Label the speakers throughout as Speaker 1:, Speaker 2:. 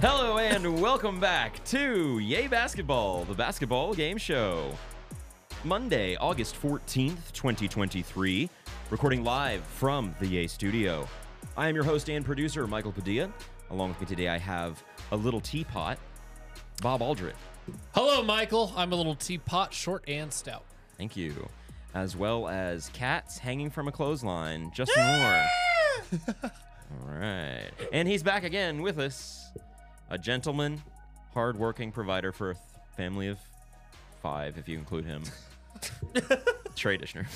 Speaker 1: Hello and welcome back to Yay Basketball, the basketball game show. Monday, August 14th, 2023, recording live from the Yay Studio. I am your host and producer, Michael Padilla. Along with me today, I have a little teapot, Bob Aldrin.
Speaker 2: Hello, Michael. I'm a little teapot, short and stout.
Speaker 1: Thank you. As well as cats hanging from a clothesline, Justin Moore. All right. And he's back again with us. A gentleman, hardworking provider for a th- family of five, if you include him. Trey Dishner.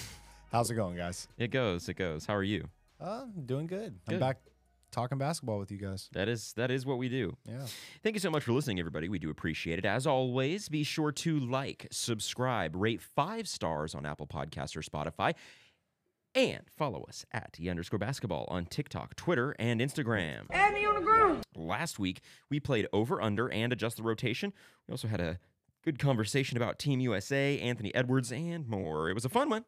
Speaker 3: How's it going, guys?
Speaker 1: It goes, it goes. How are you?
Speaker 3: Uh, doing good.
Speaker 1: Good.
Speaker 3: I'm back talking basketball with you guys.
Speaker 1: That is that is what we do.
Speaker 3: Yeah.
Speaker 1: Thank you so much for listening, everybody. We do appreciate it. As always, be sure to like, subscribe, rate five stars on Apple Podcasts or Spotify, and follow us at the underscore basketball on TikTok, Twitter, and Instagram.
Speaker 4: Add me on the ground.
Speaker 1: Last week, we played over, under, and adjust the rotation. We also had a good conversation about Team USA, Anthony Edwards, and more. It was a fun one.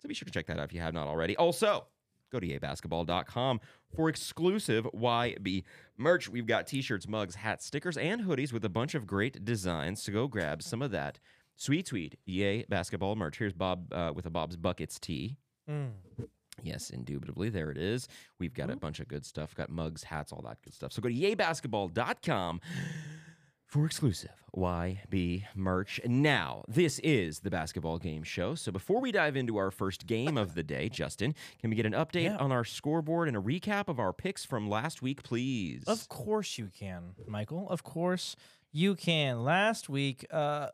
Speaker 1: So be sure to check that out if you have not already. Also, go to yabasketball.com for exclusive YB merch. We've got t shirts, mugs, hats, stickers, and hoodies with a bunch of great designs. So go grab some of that sweet, sweet yay basketball merch. Here's Bob uh, with a Bob's Buckets tee. Yes, indubitably. There it is. We've got
Speaker 5: Mm-hmm.
Speaker 1: a bunch of good stuff. Got mugs, hats, all that good stuff. So go to yaybasketball.com for exclusive YB merch. Now, this is the basketball game show. So before we dive into our first game of the day, Justin, can we get an update on our scoreboard and a recap of our picks from last week, please?
Speaker 5: Of course you can, Michael. Of course you can. Last week, uh,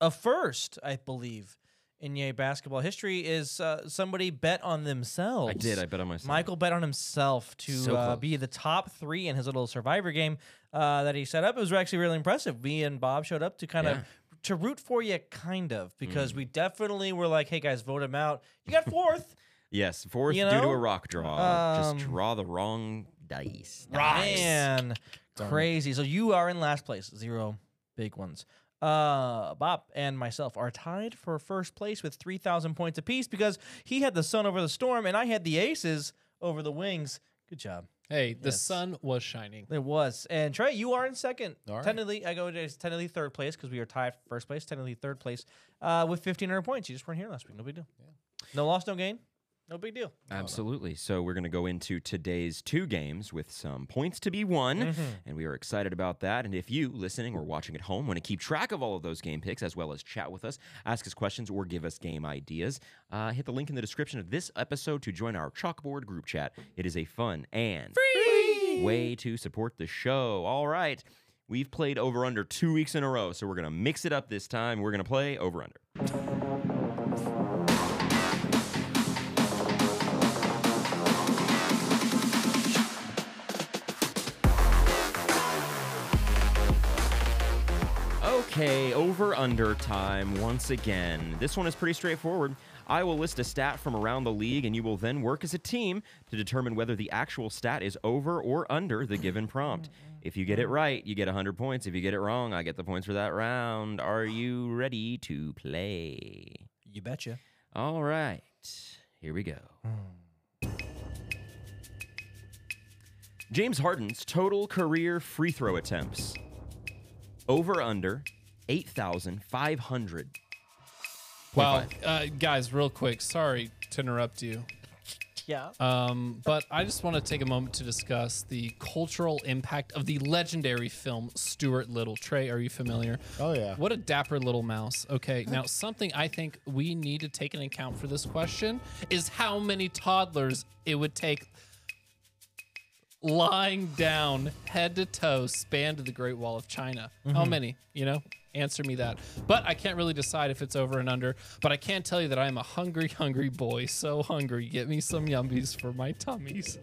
Speaker 5: a first, I believe, in Yay basketball history is uh, somebody bet on themselves.
Speaker 1: I did. I bet on myself.
Speaker 5: Michael bet on himself to
Speaker 1: So
Speaker 5: uh,
Speaker 1: close.
Speaker 5: be the top three in his little Survivor game uh, that he set up. It was actually really impressive. Me and Bob showed up to kind
Speaker 1: Yeah. Mm.
Speaker 5: of. To root for you, kind of, because we definitely were like, "Hey guys, vote him out." You got fourth.
Speaker 1: Yes, fourth
Speaker 5: You
Speaker 1: due to
Speaker 5: know?
Speaker 1: a rock draw.
Speaker 5: Um,
Speaker 1: Just draw the wrong dice.
Speaker 5: Man, crazy. So you are in last place, zero big ones. Uh, Bob and myself are tied for first place with 3,000 points apiece because he had the sun over the storm and I had the aces over the wings. Good job.
Speaker 2: Hey, the
Speaker 5: Yes.
Speaker 2: sun was shining.
Speaker 5: It was. And Trey, you are in second.
Speaker 3: All right.
Speaker 5: Technically, I go to technically third place because we are tied for first place, technically third place uh, with 1,500 points. You just weren't here last week. No big deal. No loss, no gain. No big deal.
Speaker 1: Absolutely. So we're going to go into today's two games with some points to be won, and we are excited about that. And if you, listening or watching at home, want to keep track of all of those game picks as well as chat with us, ask us questions, or give us game ideas, uh, hit the link in the description of this episode to join our chalkboard group chat. It is a fun and free way to support the show. All right. We've played over under two weeks in a row, so we're going to mix it up this time. We're going to play over under. Okay, over under time once again. This one is pretty straightforward. I will list a stat from around the league, and you will then work as a team to determine whether the actual stat is over or under the given prompt. If you get it right, you get 100 points. If you get it wrong, I get the points for that round. Are you ready to play?
Speaker 5: You betcha.
Speaker 1: All right, here we go. James Harden's total career free throw attempts over under 8,500.
Speaker 2: Wow, uh, guys, real quick. Sorry to interrupt you,
Speaker 5: Yeah.
Speaker 2: um, but I just want to take a moment to discuss the cultural impact of the legendary film Stuart Little. Trey, are you familiar?
Speaker 3: Oh, yeah.
Speaker 2: What a dapper little mouse. Okay, now something I think we need to take into account for this question is how many toddlers it would take lying down head to toe span to the Great Wall of China.
Speaker 5: Mm-hmm.
Speaker 2: How many? You know? Answer me that. But I can't really decide if it's over and under, but I can tell you that I am a hungry, hungry boy. So hungry. Get me some yummies for my tummies.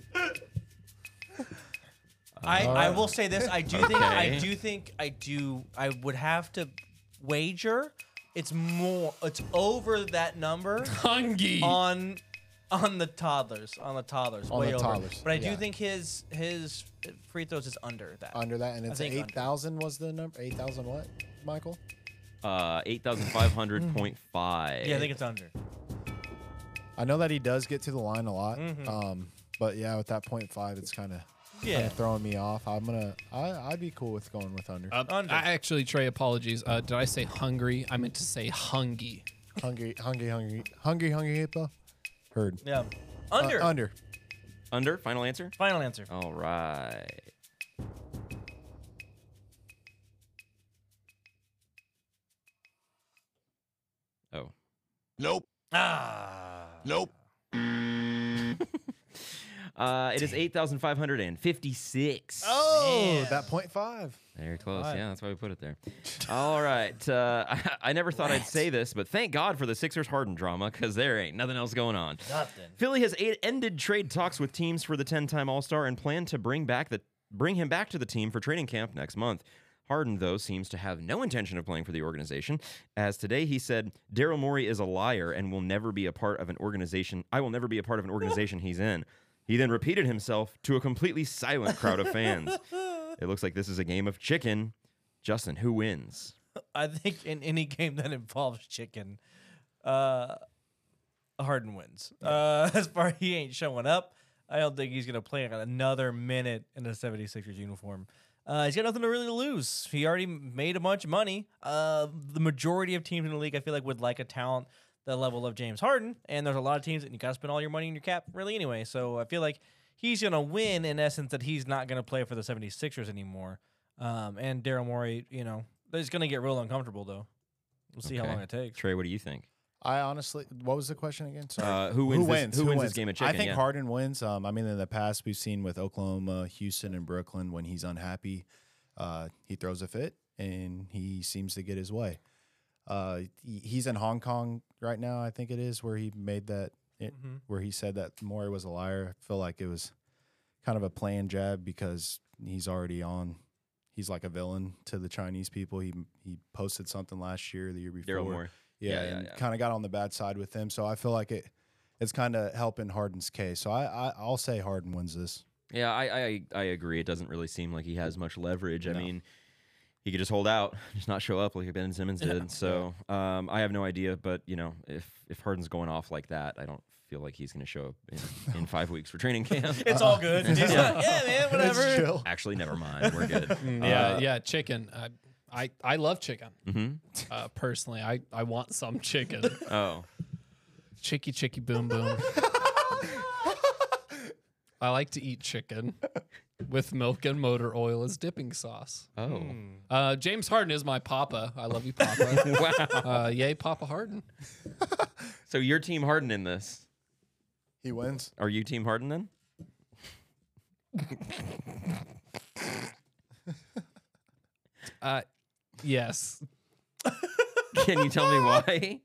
Speaker 5: I, I will say this. I do think
Speaker 1: Okay.
Speaker 5: I do think I do I would have to wager it's more it's over that number
Speaker 2: Hungry.
Speaker 5: on on the toddlers. On the toddlers.
Speaker 3: On
Speaker 5: way
Speaker 3: the
Speaker 5: over.
Speaker 3: toddlers,
Speaker 5: But I do
Speaker 3: yeah.
Speaker 5: think his his free throws is under that.
Speaker 3: Under that, and it's
Speaker 5: think under.
Speaker 3: 8,000 was the number. 8,000 what, Michael?
Speaker 1: Uh, 8,500.5.
Speaker 5: Yeah, I think it's under.
Speaker 3: I know that he does get to the line a lot, um, but yeah, with that point five, it's kind of
Speaker 5: Yeah.
Speaker 3: throwing me off. I'm gonna. I, I'd be cool with going with under.
Speaker 2: Uh,
Speaker 5: Under.
Speaker 2: I actually, Trey, apologies. Uh, did I say hungry? I meant to say hungy.
Speaker 3: hungry, hungry, hungry, hungry, hungry hippo. Heard.
Speaker 5: Yeah.
Speaker 3: Uh,
Speaker 5: Under.
Speaker 3: under.
Speaker 1: Under. Final answer.
Speaker 5: Final answer.
Speaker 1: All right. Oh.
Speaker 4: Nope.
Speaker 5: Ah.
Speaker 4: Nope.
Speaker 1: Uh, it is 8,556.
Speaker 5: Oh,
Speaker 3: Oh, that point five.
Speaker 1: Very close.
Speaker 5: Alright.
Speaker 1: Yeah, that's why we put it there. All right. Uh, I, I never thought I'd say this, but thank God for the Sixers Harden drama because there ain't nothing else going on.
Speaker 5: Nothing.
Speaker 1: Philly has a- ended trade talks with teams for the 10-time All-Star and plan to bring back the bring him back to the team for training camp next month. Harden though seems to have no intention of playing for the organization, as today he said Daryl Morey is a liar and will never be a part of an organization. I will never be a part of an organization he's in. He then repeated himself to a completely silent crowd of fans. It looks like this is a game of chicken. Justin, who wins?
Speaker 5: I think in any game that involves chicken, uh, Harden wins. Uh, as far as he ain't showing up, I don't think he's gonna play another minute in a 76ers uniform. Uh, he's got nothing to really lose. He already made a bunch of money. Uh, the majority of teams in the league, I feel like, would like a talent the level of James Harden, and there's a lot of teams that you gotta spend all your money in your cap really anyway. So I feel like he's gonna win in essence that he's not gonna play for the 76ers anymore. Um, and Daryl Morey, you know, it's gonna get real uncomfortable though. We'll see how
Speaker 1: Okay.
Speaker 5: long it takes.
Speaker 1: Trey, what do you think?
Speaker 3: I honestly, what was the question again? Sorry.
Speaker 1: Uh, who wins? This, who, wins, this game of chicken?
Speaker 3: I think
Speaker 1: yeah.
Speaker 3: Harden wins. Um, I mean, in the past, we've seen with Oklahoma, Houston, and Brooklyn, when he's unhappy, uh, he throws a fit and he seems to get his way. Uh, he- he's in Hong Kong right now, I think it is, where he made that, it, where he said that Maury was a liar. I feel like it was kind of a planned jab because he's already on. He's like a villain to the Chinese people. He he posted something last year, the year before.
Speaker 1: Daryl Morey.
Speaker 3: Yeah,
Speaker 1: Yeah, yeah,
Speaker 3: and
Speaker 1: yeah.
Speaker 3: kind of got on the bad side with them. So I feel like it, it's kind of helping Harden's case. So I, I, I'll say Harden wins this.
Speaker 1: Yeah, I, I I agree. It doesn't really seem like he has much leverage. I
Speaker 3: No.
Speaker 1: mean, he could just hold out, just not show up like Ben Simmons did. So um, I have no idea. But you know, if if Harden's going off like that, I don't feel like he's going to show up in, in five weeks for training camp.
Speaker 5: It's all good. He's like, yeah, man,
Speaker 3: It's
Speaker 5: whatever.
Speaker 3: chill.
Speaker 1: Actually, never mind. We're good.
Speaker 2: Yeah, Uh, yeah, chicken. I, I, I love chicken.
Speaker 5: Mm-hmm.
Speaker 1: Mhm.
Speaker 2: Uh, personally, I, I want some chicken.
Speaker 1: Oh,
Speaker 2: Chicky, chicky, boom, boom. I like to eat chicken with milk and motor oil as dipping sauce.
Speaker 1: oh,
Speaker 2: Uh, James Harden is my papa. I love you, Papa.
Speaker 1: wow.
Speaker 2: uh, yay, Papa Harden.
Speaker 1: So your team Harden in this?
Speaker 3: He wins.
Speaker 1: Are you team Harden then?
Speaker 2: Uh, yes.
Speaker 1: Can you tell me why?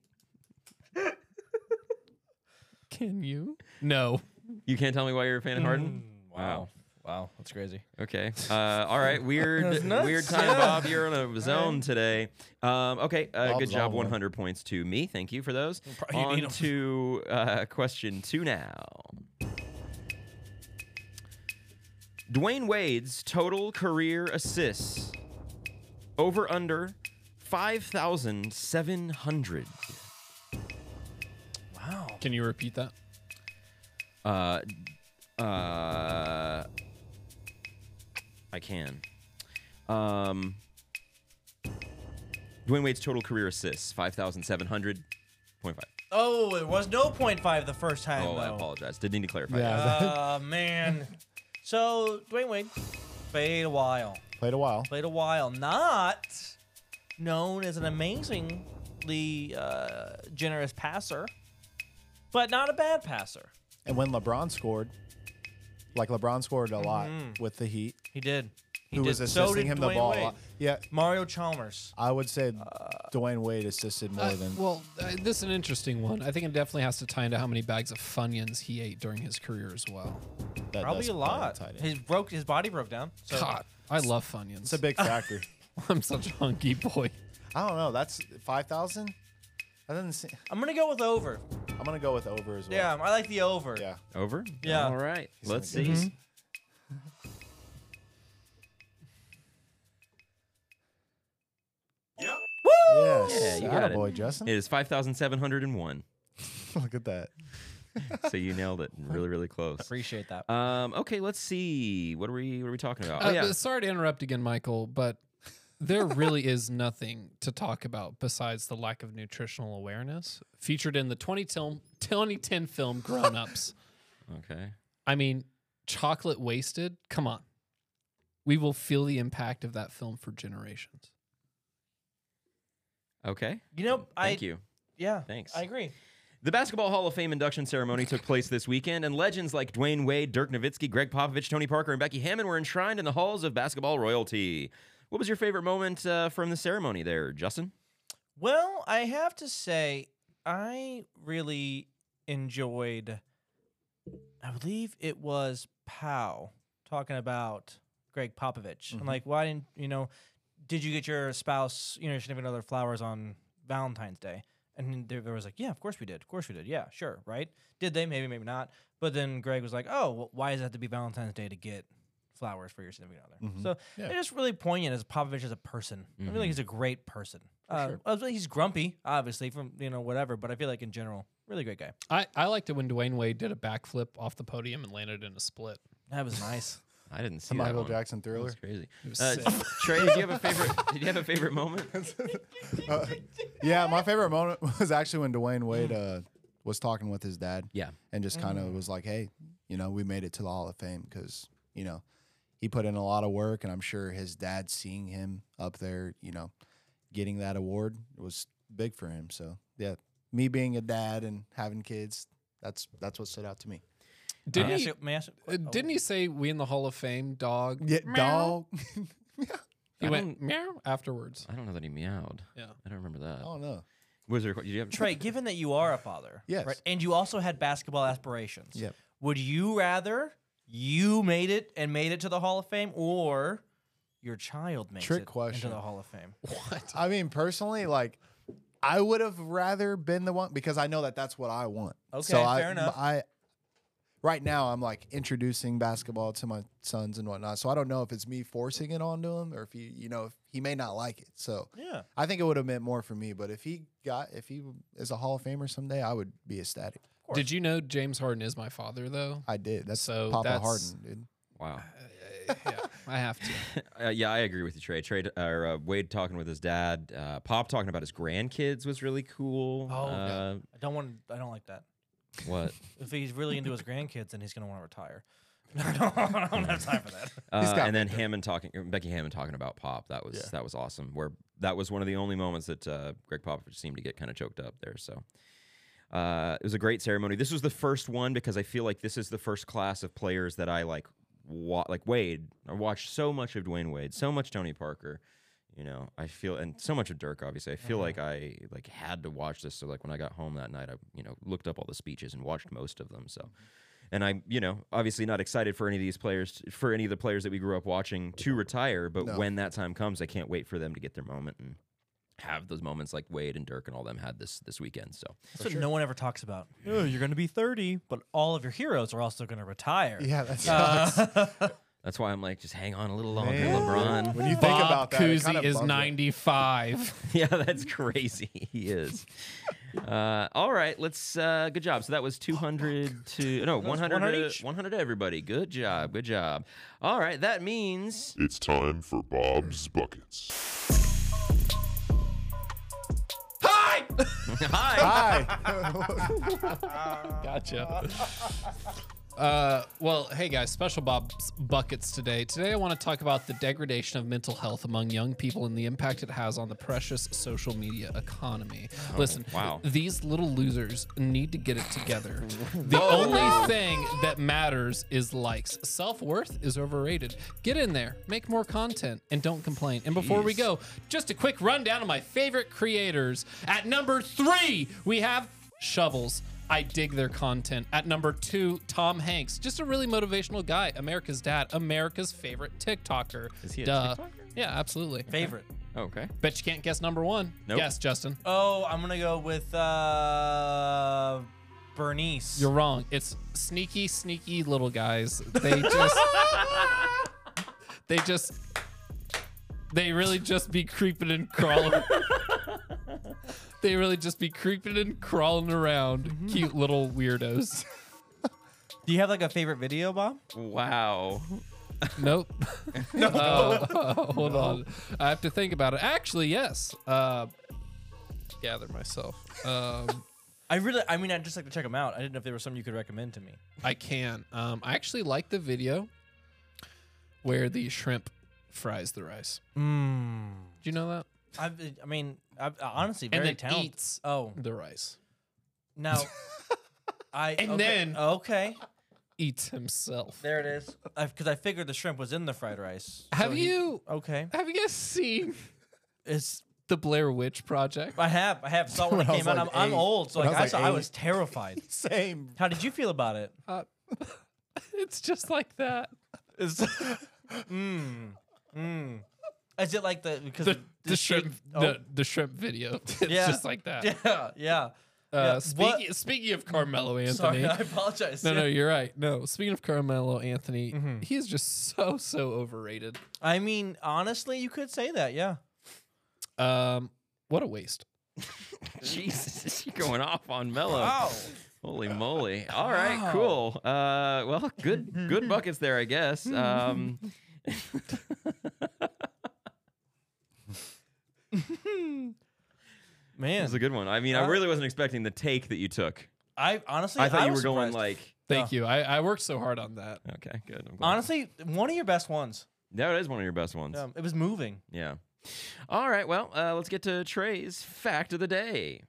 Speaker 2: Can you? No.
Speaker 1: You can't tell me why you're a fan of Harden. Wow.
Speaker 5: Wow, that's crazy.
Speaker 1: Okay. Uh, all right. Weird,
Speaker 5: That's nuts.
Speaker 1: weird time,
Speaker 5: Yeah.
Speaker 1: Bob. You're on a zone today. Um, okay. Uh, good
Speaker 3: Bob's
Speaker 1: job.
Speaker 3: on one.
Speaker 1: 100 points to me. Thank you for those.
Speaker 5: Probably need
Speaker 1: On
Speaker 5: 'em.
Speaker 1: to uh, question two now. Dwayne Wade's total career assists over under 5,700.
Speaker 5: Wow.
Speaker 2: Can you repeat that?
Speaker 1: Uh, uh, I can. Um, Dwayne Wade's total career assists five thousand seven hundred point five.
Speaker 5: Oh, it was no point five the first time.
Speaker 1: Oh, I
Speaker 5: though.
Speaker 1: apologize. Didn't need to clarify.
Speaker 3: Yeah.
Speaker 1: that.
Speaker 5: Uh, man. So Dwayne Wade played a while.
Speaker 3: Played a while.
Speaker 5: Played a while. Not known as an amazingly uh, generous passer, but not a bad passer.
Speaker 3: And when LeBron scored, like LeBron scored a lot
Speaker 5: Mhm.
Speaker 3: with the Heat,
Speaker 5: He did. He
Speaker 3: who
Speaker 5: did.
Speaker 3: was
Speaker 5: So
Speaker 3: assisting
Speaker 5: did
Speaker 3: him
Speaker 5: Dwayne
Speaker 3: the ball. a
Speaker 5: Wade. Uh,
Speaker 3: lot. Yeah,
Speaker 5: Mario Chalmers.
Speaker 3: I would say Dwayne Wade assisted more
Speaker 2: Uh,
Speaker 3: than.
Speaker 2: well, uh, this is an interesting one. I think it definitely has to tie into how many bags of Funyuns he ate during his career as well.
Speaker 3: that
Speaker 5: Probably
Speaker 3: does
Speaker 5: a
Speaker 3: play
Speaker 5: lot.
Speaker 3: tight end.
Speaker 5: His broke. His body broke down. So
Speaker 2: God, I love Funyuns.
Speaker 3: It's a big factor.
Speaker 2: I'm such a hunky boy.
Speaker 3: I don't know. That's five thousand. I didn't see.
Speaker 5: I'm gonna go with over.
Speaker 3: I'm gonna go with over as well.
Speaker 5: Yeah, I like the over.
Speaker 3: Yeah.
Speaker 1: Over.
Speaker 5: Yeah.
Speaker 1: All right. Let's see.
Speaker 3: Yes.
Speaker 1: Yeah, you got it.
Speaker 3: Attaboy, Justin.
Speaker 1: It is five thousand seven hundred and one.
Speaker 3: Look at that.
Speaker 1: so you nailed it. Really, really close.
Speaker 5: Appreciate that.
Speaker 1: Um, okay, let's see. What are we what are we talking about?
Speaker 2: Uh,
Speaker 1: oh, yeah.
Speaker 2: but Sorry to interrupt again, Michael, but there really is nothing to talk about besides the lack of nutritional awareness featured in the 2010, 2010 film Grown Ups.
Speaker 1: Okay.
Speaker 2: I mean, chocolate wasted? Come on. We will feel the impact of that film for generations.
Speaker 1: Okay.
Speaker 5: You know, I
Speaker 1: Thank you.
Speaker 5: yeah,
Speaker 1: Thanks.
Speaker 5: I agree.
Speaker 1: The Basketball Hall of Fame induction ceremony took place this weekend, and legends like Dwayne Wade, Dirk Nowitzki, Greg Popovich, Tony Parker, and Becky Hammond were enshrined in the halls of basketball royalty. What was your favorite moment uh, from the ceremony there, Justin?
Speaker 5: Well, I have to say, I really enjoyed. I believe it was Pow talking about Greg Popovich and like, why didn't you know? Did you get your spouse, you know, your significant other flowers on Valentine's Day? And there, there was like, yeah, of course we did, of course we did, yeah, sure, right? Did they? Maybe, maybe not. But then Greg was like, oh, well, why does it have to be Valentine's Day to get flowers for your significant other?
Speaker 3: Mhm.
Speaker 5: So
Speaker 3: Yeah.
Speaker 5: it's just really poignant as Popovich as a person. I feel
Speaker 1: Mhm.
Speaker 5: like he's a great person. Uh, I feel like he's grumpy, obviously, from you know whatever. But I feel like in general, really great guy.
Speaker 2: I, I liked it when Dwayne Wade did a backflip off the podium and landed in a split.
Speaker 5: That was nice.
Speaker 1: I didn't see
Speaker 3: The Michael
Speaker 1: that one.
Speaker 3: Jackson thriller.
Speaker 1: That's crazy.
Speaker 2: was
Speaker 1: Uh,
Speaker 2: sick.
Speaker 1: Trey, did you have a favorite? Did you have a favorite moment?
Speaker 3: Uh, yeah, my favorite moment was actually when Dwayne Wade uh, was talking with his dad.
Speaker 1: Yeah.
Speaker 3: and just kind of was like, "Hey, you know, we made it to the Hall of Fame because you know he put in a lot of work, and I'm sure his dad seeing him up there, you know, getting that award was big for him. So yeah, me being a dad and having kids, that's that's what stood out to me.
Speaker 2: Didn't,
Speaker 5: may I
Speaker 2: he,
Speaker 5: ask you- may I ask you-
Speaker 2: uh, didn't he say, We in the Hall of Fame, dog?
Speaker 3: Yeah, dog.
Speaker 2: He
Speaker 1: I
Speaker 2: went meow afterwards.
Speaker 1: I don't know that he meowed.
Speaker 2: Yeah.
Speaker 1: I don't remember that.
Speaker 3: I don't know.
Speaker 1: Was there? Did you have
Speaker 5: oh, Trey, given that you are a father,
Speaker 3: Yes.
Speaker 5: and you also had basketball aspirations,
Speaker 3: Yep.
Speaker 5: would you rather you made it and made it to the Hall of Fame, or your child makes
Speaker 3: Trick
Speaker 5: it
Speaker 3: question.
Speaker 5: into the Hall of Fame?
Speaker 3: I mean, personally, like. I would have rather been the one because I know that that's what I want.
Speaker 5: Okay,
Speaker 3: so I,
Speaker 5: fair enough.
Speaker 3: I right now I'm like introducing basketball to my sons and whatnot. So I don't know if it's me forcing it onto him or if he, you know, if he may not like it. So
Speaker 5: Yeah.
Speaker 3: I think it would have meant more for me. But if he got, if he is a Hall of Famer someday, I would be ecstatic.
Speaker 2: Did you know James Harden is my father, though?
Speaker 3: I did. That's
Speaker 2: So
Speaker 3: Papa
Speaker 2: that's-
Speaker 3: Harden, dude.
Speaker 1: Wow.
Speaker 2: yeah, I have to.
Speaker 1: Uh, yeah, I agree with you, Trey. Trey or uh, Wade talking with his dad. Uh, Pop talking about his grandkids was really cool.
Speaker 5: Oh,
Speaker 1: uh,
Speaker 5: I don't want. I don't like that.
Speaker 1: what?
Speaker 5: If he's really into his grandkids, then he's gonna want to retire. No, I don't, I don't have time for that.
Speaker 3: He's
Speaker 1: Uh,
Speaker 3: got
Speaker 1: and then Hammond talking, or Becky Hammond talking about Pop. That was that was awesome. Where that was one of the only moments that uh, Greg Popovich seemed to get kind of choked up there. So uh, it was a great ceremony. This was the first one because I feel like this is the first class of players that I like. Wa- like Wade, I watched so much of Dwayne Wade, so much Tony Parker. You know, I feel and so much of Dirk. Obviously, I feel
Speaker 3: Uh-huh.
Speaker 1: like I like had to watch this. So like when I got home that night, I you know looked up all the speeches and watched most of them. So and I'm, you know, obviously not excited for any of these players, for any of the players that we grew up watching to retire. But
Speaker 3: No.
Speaker 1: when that time comes, I can't wait for them to get their moment and have those moments like Wade and Dirk and all them had this this weekend. So
Speaker 5: That's what no one ever talks about. Oh, you're going to be 30, but all of your heroes are also going to retire.
Speaker 3: Yeah, that's
Speaker 2: Uh,
Speaker 1: that's why I'm like, just hang on a little longer,
Speaker 3: Man.
Speaker 1: LeBron.
Speaker 3: when you think
Speaker 2: Bob
Speaker 3: about that. it
Speaker 2: Cousy
Speaker 3: kinda
Speaker 2: is
Speaker 3: bums you.
Speaker 2: 95.
Speaker 1: yeah, that's crazy. He is. Uh, all right, let's. Uh, good job. So that was 200 to no 100
Speaker 5: 100
Speaker 1: to-
Speaker 5: each?
Speaker 1: 100 to everybody. Good job. Good job. All right, that means
Speaker 4: It's time for Bob's Buckets.
Speaker 1: hi.
Speaker 3: Hi.
Speaker 2: gotcha. Uh, well, hey guys, special Bob's buckets today. Today, I want to talk about the degradation of mental health among young people and the impact it has on the precious social media economy. Listen,
Speaker 1: wow.
Speaker 2: these little losers need to get it together. the
Speaker 1: Oh.
Speaker 2: only thing that matters is likes. Self worth is overrated. Get in there, make more content, and don't complain. And before we
Speaker 1: Jeez.
Speaker 2: go, just a quick rundown of my favorite creators. At number three, we have Shovels. I dig their content. At number two, Tom Hanks. Just a really motivational guy. America's dad. America's favorite TikToker.
Speaker 1: Is he a TikToker?
Speaker 2: Yeah, absolutely.
Speaker 5: Favorite.
Speaker 1: Okay.
Speaker 2: Bet you can't guess number one.
Speaker 1: Nope.
Speaker 2: Guess, Justin.
Speaker 5: Oh, I'm going to go with uh, Bernice.
Speaker 2: You're wrong. It's sneaky, sneaky little guys. They just, they just, they really just be creeping and crawling. They really just be creeping and crawling around, cute little weirdos.
Speaker 5: Do you have like a favorite video, Bob?
Speaker 1: Wow.
Speaker 2: Nope. no. hold on. I have to think about it. Actually, yes. Uh, gather myself. Um,
Speaker 5: I really, I mean, I'd just like to check them out. I didn't know if there was something you could recommend to me.
Speaker 2: I can. Um, I actually like the video where the shrimp fries the rice.
Speaker 5: Mm.
Speaker 2: Do you know that?
Speaker 5: I've, I mean, I've, uh, honestly, very
Speaker 2: then
Speaker 5: talented.
Speaker 2: eats.
Speaker 5: Oh,
Speaker 2: The rice
Speaker 5: now. I,
Speaker 2: And
Speaker 5: okay,
Speaker 2: then-
Speaker 5: okay,
Speaker 2: eats himself.
Speaker 5: there it is. Because I figured the shrimp was in the fried rice. so
Speaker 2: Have
Speaker 5: he-
Speaker 2: you
Speaker 5: Okay,
Speaker 2: have you guys seen
Speaker 5: it's
Speaker 2: the Blair Witch Project?
Speaker 5: I have. I have saw when it
Speaker 3: When I was
Speaker 5: came out. I'm,
Speaker 3: like
Speaker 5: I'm
Speaker 3: eight.
Speaker 5: old, so
Speaker 3: When
Speaker 5: like,
Speaker 3: I
Speaker 5: I,
Speaker 3: was
Speaker 5: saw,
Speaker 3: like
Speaker 5: I
Speaker 3: eight.
Speaker 5: was terrified.
Speaker 3: Same.
Speaker 5: How did you feel about it?
Speaker 2: Uh, it's just like that.
Speaker 5: Is,
Speaker 1: Hmm.
Speaker 5: mm, mm. Is it like the because
Speaker 2: The,
Speaker 5: of
Speaker 2: the, shrimp
Speaker 5: shape-
Speaker 2: the, the shrimp video. It's
Speaker 5: Yeah.
Speaker 2: just like that.
Speaker 5: oh, yeah, yeah.
Speaker 2: Uh,
Speaker 5: What-
Speaker 2: speaking, speaking of Carmelo Anthony.
Speaker 5: Sorry, I apologize.
Speaker 2: no, no, you're right. No, speaking of Carmelo Anthony,
Speaker 5: Mm-hmm.
Speaker 2: he is just so so overrated.
Speaker 5: I mean, honestly, you could say that. Yeah.
Speaker 2: Um, what a waste.
Speaker 1: Jesus, you're going off on Mellow.
Speaker 5: Wow.
Speaker 1: Holy moly! All right,
Speaker 5: Wow.
Speaker 1: cool. Uh, well, good good buckets there, I
Speaker 5: Hmm.
Speaker 1: guess. Um, it
Speaker 5: Man,
Speaker 1: was a good one. I mean, I
Speaker 5: Uh,
Speaker 1: really wasn't expecting the take that you took.
Speaker 5: I honestly
Speaker 1: I thought you were
Speaker 5: was
Speaker 1: going
Speaker 5: surprised.
Speaker 1: like,
Speaker 2: Thank you. I, I worked so hard on that.
Speaker 1: okay, good. I'm glad.
Speaker 5: honestly one of your best ones.
Speaker 1: that is one of your best ones.
Speaker 5: Um, it was moving.
Speaker 1: Yeah. All right. Well, uh, let's get to Trey's fact of the day.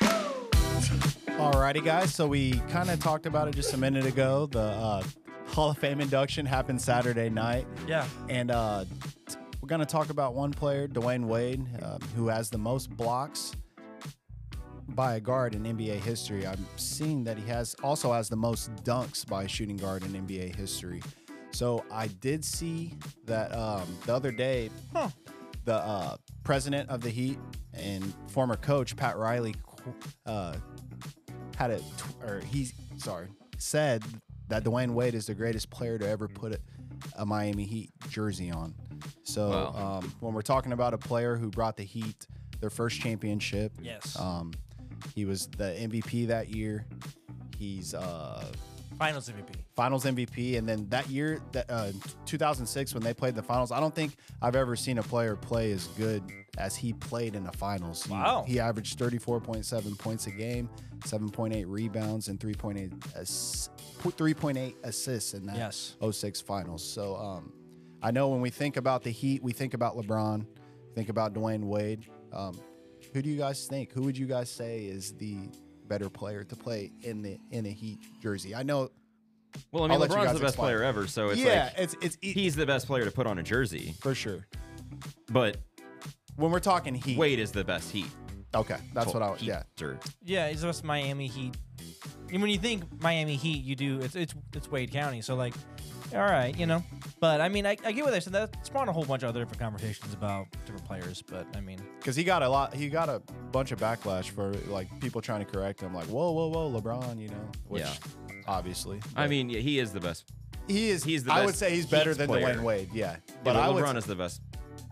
Speaker 3: Alrighty, guys. So we kind of talked about it just a minute ago. The uh, Hall of Fame induction happened Saturday night,
Speaker 5: Yeah.
Speaker 3: and uh, we're gonna talk about one player, Dwayne Wade, uh, who has the most blocks by a guard in NBA history. I'm seeing that he has also has the most dunks by a shooting guard in NBA history. So I did see that um, the other day, the uh, president of the Heat and former coach Pat Riley qu- uh, had a tw- or he's sorry said that Dwayne Wade is the greatest player to ever put a, a Miami Heat jersey on. So
Speaker 1: Wow.
Speaker 3: um, when we're talking about a player who brought the Heat their first championship,
Speaker 5: Yes.
Speaker 3: um, he was the MVP that year. He's uh,
Speaker 5: Finals MVP.
Speaker 3: Finals MVP, and then that year, that uh, 2006, when they played the finals, I don't think I've ever seen a player play as good as he played in the finals. He-
Speaker 5: Wow.
Speaker 3: He, averaged 34.7 points a game, 7.8 rebounds, and 3.8 ass- 3.8 assists in that
Speaker 5: Yes.
Speaker 3: 06 finals. So um, I know when we think about the Heat, we think about LeBron, think about Dwayne Wade. Um, who do you guys think? Who would you guys say is the better player to play in the in a Heat jersey? I know
Speaker 1: Well, I
Speaker 3: I'll
Speaker 1: mean,
Speaker 3: let you
Speaker 1: LeBron's
Speaker 3: guys
Speaker 1: the best
Speaker 3: explain.
Speaker 1: player ever, so it's
Speaker 3: yeah,
Speaker 1: like
Speaker 3: it's it's e-
Speaker 1: he's the best player to put on a jersey.
Speaker 3: for sure.
Speaker 1: But
Speaker 3: When we're talking Heat,
Speaker 1: Wade is the best Heat.
Speaker 3: Okay, that's what I was.
Speaker 1: Heat
Speaker 3: Yeah,
Speaker 1: or-
Speaker 5: Yeah, it's just Miami Heat. And when you think Miami Heat, you do it's it's it's Wade County, so like, all right, you know. But I mean, I, I get what they said. That spawned a whole bunch of other different conversations about different players. But I mean,
Speaker 3: because he got a lot. He got a bunch of backlash for like people trying to correct him, like whoa, whoa, whoa, LeBron, you know. Which,
Speaker 1: Yeah.
Speaker 3: Obviously,
Speaker 1: I
Speaker 3: but
Speaker 1: mean, yeah, he is the best.
Speaker 3: he is.
Speaker 1: he's the
Speaker 3: I would
Speaker 1: best
Speaker 3: say he's better
Speaker 1: Heat
Speaker 3: than
Speaker 1: player.
Speaker 3: Dwayne Wade. Yeah,
Speaker 1: But
Speaker 3: but I would.
Speaker 1: LeBron is the best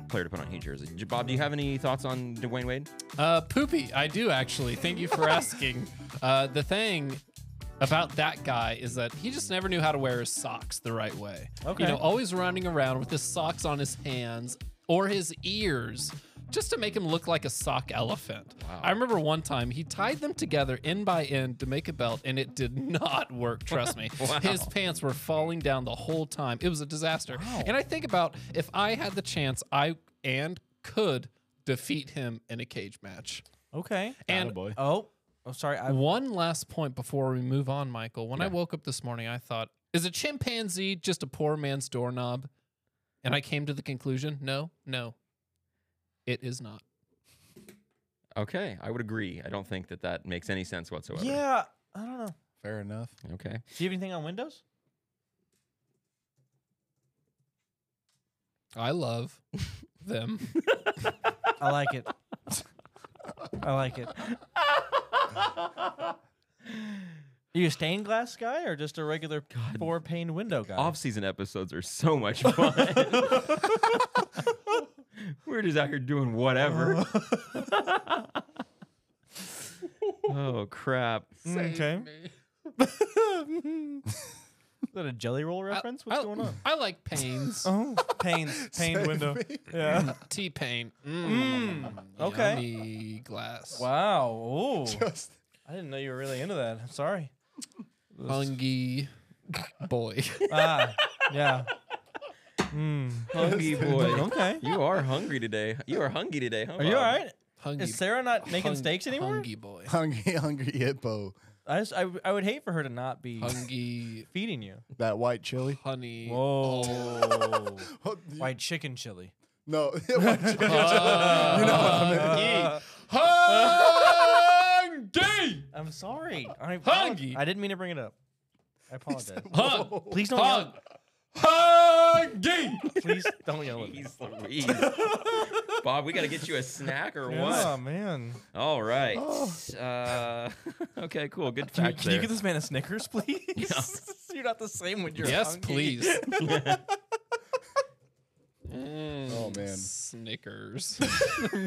Speaker 1: player to put on a Heat jersey. J- Bob, do you have any thoughts on Dwayne Wade?
Speaker 2: Uh, Poopy, I do actually. Thank you for asking. Uh, the thing about that guy is that he just never knew how to wear his socks the right way.
Speaker 5: Okay.
Speaker 2: You know, always running around with his socks on his hands or his ears just to make him look like a sock elephant. I remember one time he tied them together end by end to make a belt and it did not work, trust me. His pants were falling down the whole time. It was a disaster. And I think about if I had the chance I and could defeat him in a cage match.
Speaker 5: okay.
Speaker 2: And
Speaker 3: Attaboy.
Speaker 5: Oh, oh, sorry. I,
Speaker 2: one last point before we move on, Michael. When I woke up this morning, I thought, is a chimpanzee just a poor man's doorknob? And I came to the conclusion, no, no, it is not.
Speaker 1: Okay, I would agree. I don't think that that makes any sense whatsoever.
Speaker 5: yeah, I don't know.
Speaker 3: fair enough.
Speaker 1: Okay.
Speaker 5: Do you have anything on Windows?
Speaker 2: I love them.
Speaker 5: I like it. I like it. Are you a stained glass guy or just a regular four pane window guy?
Speaker 1: Off-season episodes are so much fun. We're just out here doing whatever. Oh, crap.
Speaker 2: Save
Speaker 5: Okay.
Speaker 2: me.
Speaker 5: Is that a jelly roll reference? What's
Speaker 2: I-
Speaker 5: going on?
Speaker 2: I like pains.
Speaker 5: Oh, pains, pain window. Yeah.
Speaker 2: T pain. Mm.
Speaker 5: Okay.
Speaker 2: Yummy glass.
Speaker 5: Wow. Ooh. I didn't know you were really into that. I'm sorry.
Speaker 2: Hungry boy.
Speaker 5: Ah. Yeah.
Speaker 1: Hungry boy.
Speaker 5: Okay.
Speaker 1: You are hungry today. You are hungry today, huh?
Speaker 5: Are you all
Speaker 1: Bob?
Speaker 5: right?
Speaker 2: Hungry.
Speaker 5: Is Sarah not making
Speaker 2: hung-
Speaker 5: steaks anymore?
Speaker 2: Hungry boy.
Speaker 3: Hungry, hungry hippo.
Speaker 5: I just, I, I would hate for her to not be
Speaker 2: Hungry
Speaker 5: feeding you.
Speaker 3: That white chili.
Speaker 2: honey.
Speaker 5: Whoa.
Speaker 3: Oh, you-
Speaker 5: White chicken chili.
Speaker 3: No, white chili.
Speaker 2: Oh.
Speaker 3: You know what I meant.
Speaker 5: Uh,
Speaker 2: Hungry.
Speaker 5: I'm sorry. I,
Speaker 2: Hungry.
Speaker 5: I didn't mean to bring it up. I apologize.
Speaker 2: Hung.
Speaker 5: Please don't
Speaker 2: Hung.
Speaker 5: yell.
Speaker 2: Hungry.
Speaker 5: Please don't yell at me.
Speaker 1: Jeez Louise. Bob, we got to get you a snack or
Speaker 5: Oh
Speaker 1: what?
Speaker 5: man.
Speaker 1: All right. Uh, okay, cool. Good
Speaker 5: Oh. Can you,
Speaker 1: fact
Speaker 5: can you
Speaker 1: there.
Speaker 5: get this man a Snickers, please? you're not the same when you're
Speaker 2: Yes,
Speaker 5: hungry.
Speaker 2: please.
Speaker 3: Oh, man.
Speaker 2: Mm, Snickers.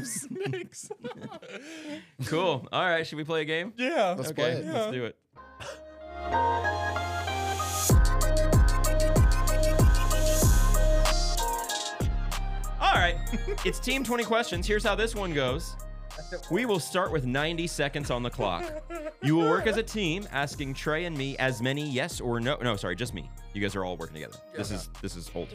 Speaker 5: Snicks.
Speaker 1: cool. All right, should we play a game?
Speaker 5: yeah.
Speaker 3: Let's play
Speaker 1: Okay,
Speaker 3: it.
Speaker 1: let's do it. All right, it's Team 20 Questions. Here's how this one goes. We will start with 90 seconds on the clock. You will work as a team, asking Trey and me as many yes or no. No, sorry, just me. You guys are all working together. This is this is whole.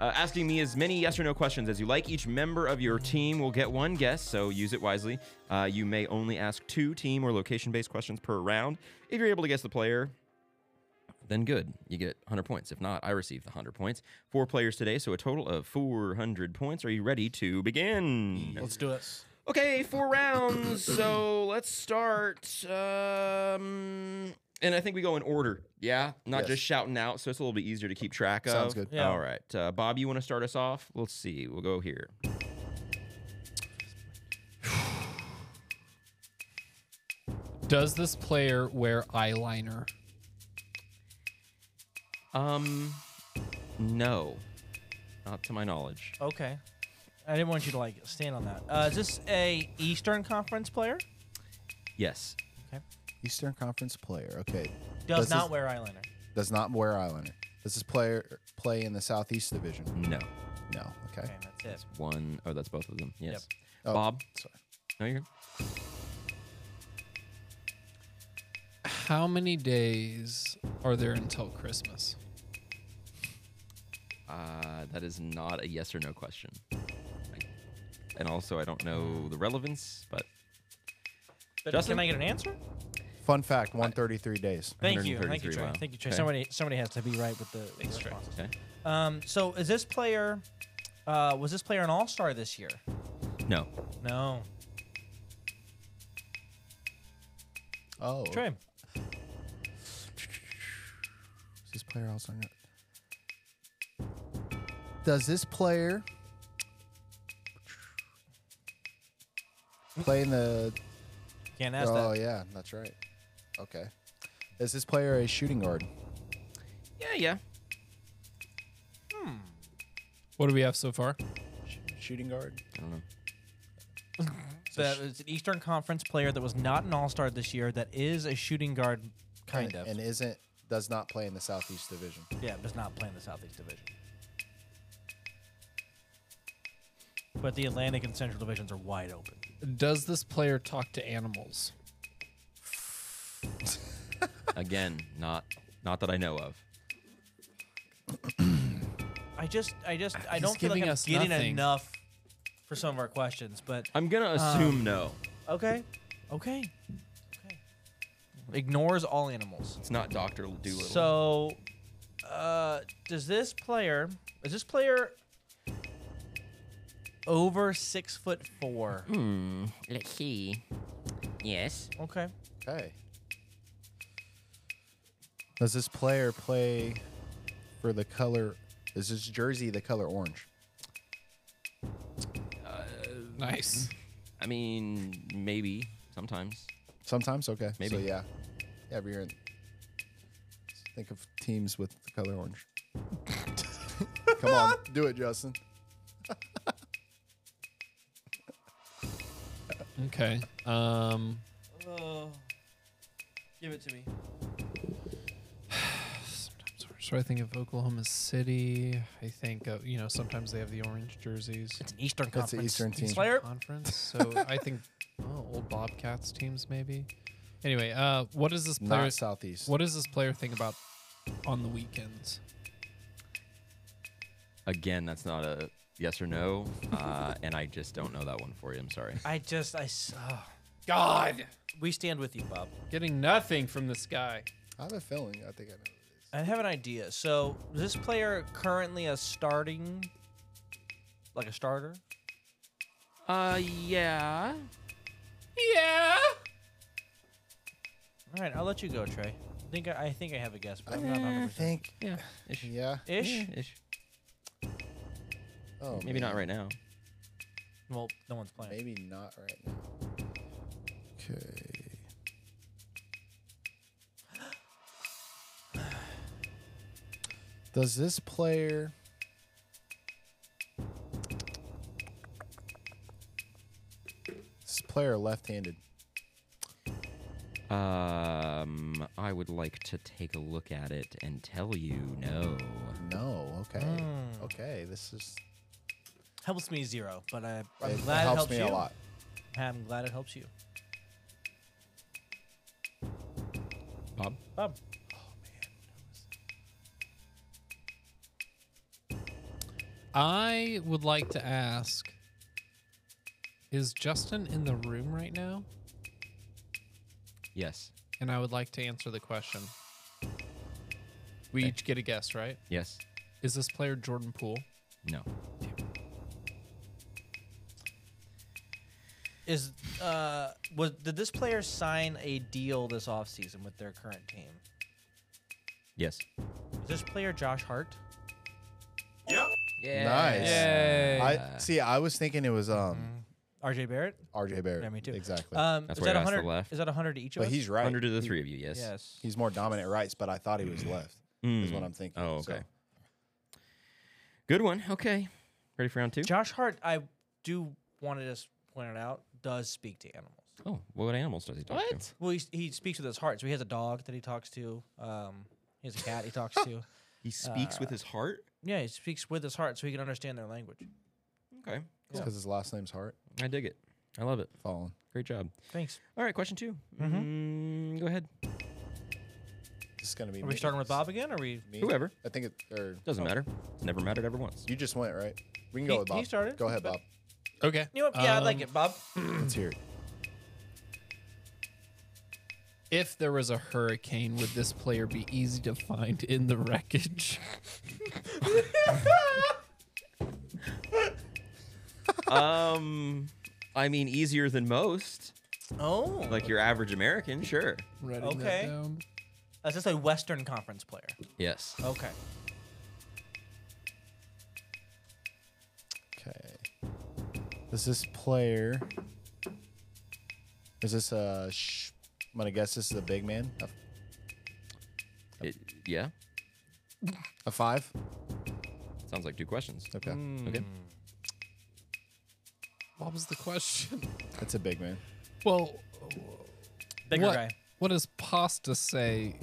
Speaker 1: Uh, asking me as many yes or no questions as you like. Each member of your team will get one guess, so use it wisely. Uh, you may only ask two team or location-based questions per round. If you're able to guess the player, then good. You get 100 points. If not, I receive the 100 points. Four players today, so a total of 400 points. Are you ready to begin?
Speaker 5: Let's do it.
Speaker 1: Okay, four rounds. So let's start. Um, and I think we go in order. Yeah, not
Speaker 3: Yes.
Speaker 1: just shouting out, so it's a little bit easier to keep track of.
Speaker 3: Sounds good.
Speaker 5: Yeah.
Speaker 1: All right, uh, Bob, you want to start us off? Let's see. We'll go here.
Speaker 2: Does this player wear eyeliner?
Speaker 1: Um, no, not to my knowledge.
Speaker 5: Okay. I didn't want you to like stand on that. Uh, is this a Eastern Conference player?
Speaker 1: Yes.
Speaker 3: Eastern Conference player. Okay.
Speaker 5: Does
Speaker 3: Does
Speaker 5: not
Speaker 3: this-
Speaker 5: wear eyeliner.
Speaker 3: Does not wear eyeliner. Does this player play in the Southeast Division?
Speaker 1: No.
Speaker 3: No. Okay.
Speaker 5: Okay, that's it.
Speaker 1: One. Oh, that's both of them. Yes.
Speaker 3: Oh,
Speaker 1: Bob.
Speaker 3: sorry.
Speaker 1: No, you're.
Speaker 2: How many days are there until Christmas?
Speaker 1: Uh, that is not a yes or no question. I- And also, I don't know the relevance, but
Speaker 5: But
Speaker 1: Justin?
Speaker 5: Can I get an answer?
Speaker 3: Fun fact: 133 days.
Speaker 5: Thank you. Thank you,
Speaker 1: 133,
Speaker 5: Trey.
Speaker 1: wow.
Speaker 5: Thank you, Trey.
Speaker 1: Okay.
Speaker 5: Somebody, somebody has to be right with the, with the responses.
Speaker 1: okay.
Speaker 5: Um, so is this player? Uh, was this player an All Star this year?
Speaker 1: No.
Speaker 5: No.
Speaker 3: Oh.
Speaker 5: Trey.
Speaker 3: Is this player also not? Does this player play in the?
Speaker 5: Can't ask
Speaker 3: Oh
Speaker 5: that.
Speaker 3: yeah, that's right. Okay. Is this player a shooting guard?
Speaker 1: Yeah, yeah.
Speaker 2: What do we have so far?
Speaker 3: Shooting guard.
Speaker 1: I don't know.
Speaker 5: That it's an Eastern Conference player that was not an All Star this year. That is a shooting guard, kind of.
Speaker 3: And isn't does not play in the Southeast Division.
Speaker 5: yeah, does not play in the Southeast Division. But the Atlantic and Central divisions are wide open.
Speaker 2: Does this player talk to animals?
Speaker 1: Again, not not that I know of.
Speaker 5: I just, I just, I
Speaker 2: He's
Speaker 5: don't feel like
Speaker 2: giving
Speaker 5: I'm
Speaker 2: us
Speaker 5: getting
Speaker 2: nothing.
Speaker 5: enough for some of our questions. But
Speaker 1: I'm gonna assume no.
Speaker 5: okay, okay, okay. Ignores all animals.
Speaker 1: It's not Doctor Doolittle.
Speaker 5: So, uh, does this player is this player over six foot four?
Speaker 2: Hmm.
Speaker 1: let's see. Yes.
Speaker 5: Okay.
Speaker 3: Okay. Does this player play for the color? Is this jersey the color orange?
Speaker 2: Nice.
Speaker 1: I mean, maybe sometimes.
Speaker 3: Sometimes, okay.
Speaker 1: Maybe.
Speaker 3: So, yeah. Every year. in- Think of teams with the color orange. Come on, do it, Justin.
Speaker 2: Okay. Um,
Speaker 5: Uh, Give it to me.
Speaker 2: So I think of Oklahoma City. I think of, you know sometimes they have the orange jerseys.
Speaker 5: It's an Eastern
Speaker 3: That's
Speaker 5: Conference.
Speaker 3: the Eastern team.
Speaker 5: Slayer.
Speaker 2: conference. So I think oh, old Bobcats teams maybe. Anyway, uh, what does this player?
Speaker 3: Not Southeast.
Speaker 2: What does this player think about on the weekends?
Speaker 1: Again, that's not a yes or no, uh, and I just don't know that one for you. I'm sorry.
Speaker 5: I just, I. s- oh.
Speaker 2: God,
Speaker 5: We stand with you, Bob.
Speaker 2: getting nothing from this guy.
Speaker 3: I have a feeling. I think I know. who
Speaker 5: I have an idea. So this player currently a starting, like a starter.
Speaker 1: Uh, yeah.
Speaker 2: Yeah.
Speaker 5: All right, I'll let you go, Trey. I think I, I think I have a guess, but I'm not
Speaker 3: it is.
Speaker 5: 100.
Speaker 3: think.
Speaker 1: Yeah.
Speaker 3: Yeah.
Speaker 5: Ish.
Speaker 1: Ish.
Speaker 3: Oh,
Speaker 1: Maybe not right now.
Speaker 5: Well, no one's playing.
Speaker 3: Maybe not right now. Okay. Does this player this player left-handed?
Speaker 1: Um, I would like to take a look at it and tell you no.
Speaker 3: No. Okay.
Speaker 5: Hmm.
Speaker 3: Okay. This is.
Speaker 5: Helps me zero, but I, I'm
Speaker 3: it
Speaker 5: glad it helps,
Speaker 3: helps me
Speaker 5: you.
Speaker 3: a lot.
Speaker 5: I'm glad it helps you,
Speaker 1: Bob?
Speaker 5: Bob.
Speaker 2: I would like to ask: Is Justin in the room right now?
Speaker 1: Yes.
Speaker 2: And I would like to answer the question. We
Speaker 1: Okay.
Speaker 2: each get a guess, right?
Speaker 1: Yes.
Speaker 2: Is this player Jordan Poole?
Speaker 1: No.
Speaker 5: Is uh was did this player sign a deal this offseason with their current team?
Speaker 1: Yes.
Speaker 5: Is this player Josh Hart?
Speaker 3: Nice.
Speaker 2: Yay.
Speaker 3: I see. I was thinking it was um
Speaker 5: RJ Barrett?
Speaker 3: R.J. Barrett.
Speaker 5: Mm-hmm. Yeah, me too.
Speaker 3: Exactly.
Speaker 5: Um,
Speaker 1: That's
Speaker 5: is
Speaker 1: why
Speaker 5: that
Speaker 1: you asked the
Speaker 5: 100?
Speaker 1: left.
Speaker 5: Is that 100 to each of
Speaker 3: but
Speaker 5: us?
Speaker 3: he's right.
Speaker 1: Under to the three of you, yes.
Speaker 5: Yes.
Speaker 3: He's more dominant rights, but I thought he was left. Is what
Speaker 5: Hmm.
Speaker 1: Mm.
Speaker 3: I'm thinking.
Speaker 1: Oh,
Speaker 3: So-
Speaker 1: okay. Good one. Okay. Ready for round two?
Speaker 5: Josh Hart, I do want to just point it out, does speak to animals.
Speaker 1: Oh, what animals does he talk to?
Speaker 5: Well, he, he speaks with his heart. So he has a dog that he talks to. Um, he has a cat he talks to.
Speaker 1: He speaks with his heart?
Speaker 5: Yeah, he speaks with his heart so he can understand their language.
Speaker 1: Okay.
Speaker 3: Because his last name's Hart.
Speaker 1: I dig it. I love it.
Speaker 3: Fallen.
Speaker 1: Great job.
Speaker 5: Thanks.
Speaker 1: All right, question 2
Speaker 3: Mm-hmm.
Speaker 1: Mm, go ahead.
Speaker 3: This is gonna be.
Speaker 5: Are we
Speaker 3: me.
Speaker 5: starting with Bob again? Or are we?
Speaker 3: Me?
Speaker 1: Whoever.
Speaker 3: I think it. Or
Speaker 1: Doesn't matter. It's never mattered ever once.
Speaker 3: you just went right. We can
Speaker 5: He-
Speaker 3: go with
Speaker 5: he
Speaker 3: Bob.
Speaker 5: started.
Speaker 3: Go ahead, Bob.
Speaker 2: Okay.
Speaker 5: You know what? Yeah, I like
Speaker 2: Um,
Speaker 5: it, Bob.
Speaker 3: Let's hear it.
Speaker 2: If there was a hurricane, would this player be easy to find in the wreckage?
Speaker 1: um, I mean, easier than most.
Speaker 5: Oh.
Speaker 1: Like your average American, sure.
Speaker 2: Writing that
Speaker 5: Okay.
Speaker 2: down.
Speaker 5: Is this a Western Conference player?
Speaker 1: Yes.
Speaker 5: Okay.
Speaker 3: Okay. Does this player? Is this a? Sh- I'm gonna guess this is a big man. A,
Speaker 1: It- yeah.
Speaker 3: a five.
Speaker 1: Sounds like two questions.
Speaker 3: Mm. Okay,
Speaker 1: Okay.
Speaker 2: What was the question?
Speaker 3: that's a big man.
Speaker 2: Well,
Speaker 5: Bigger
Speaker 2: what,
Speaker 5: guy.
Speaker 2: what does pasta say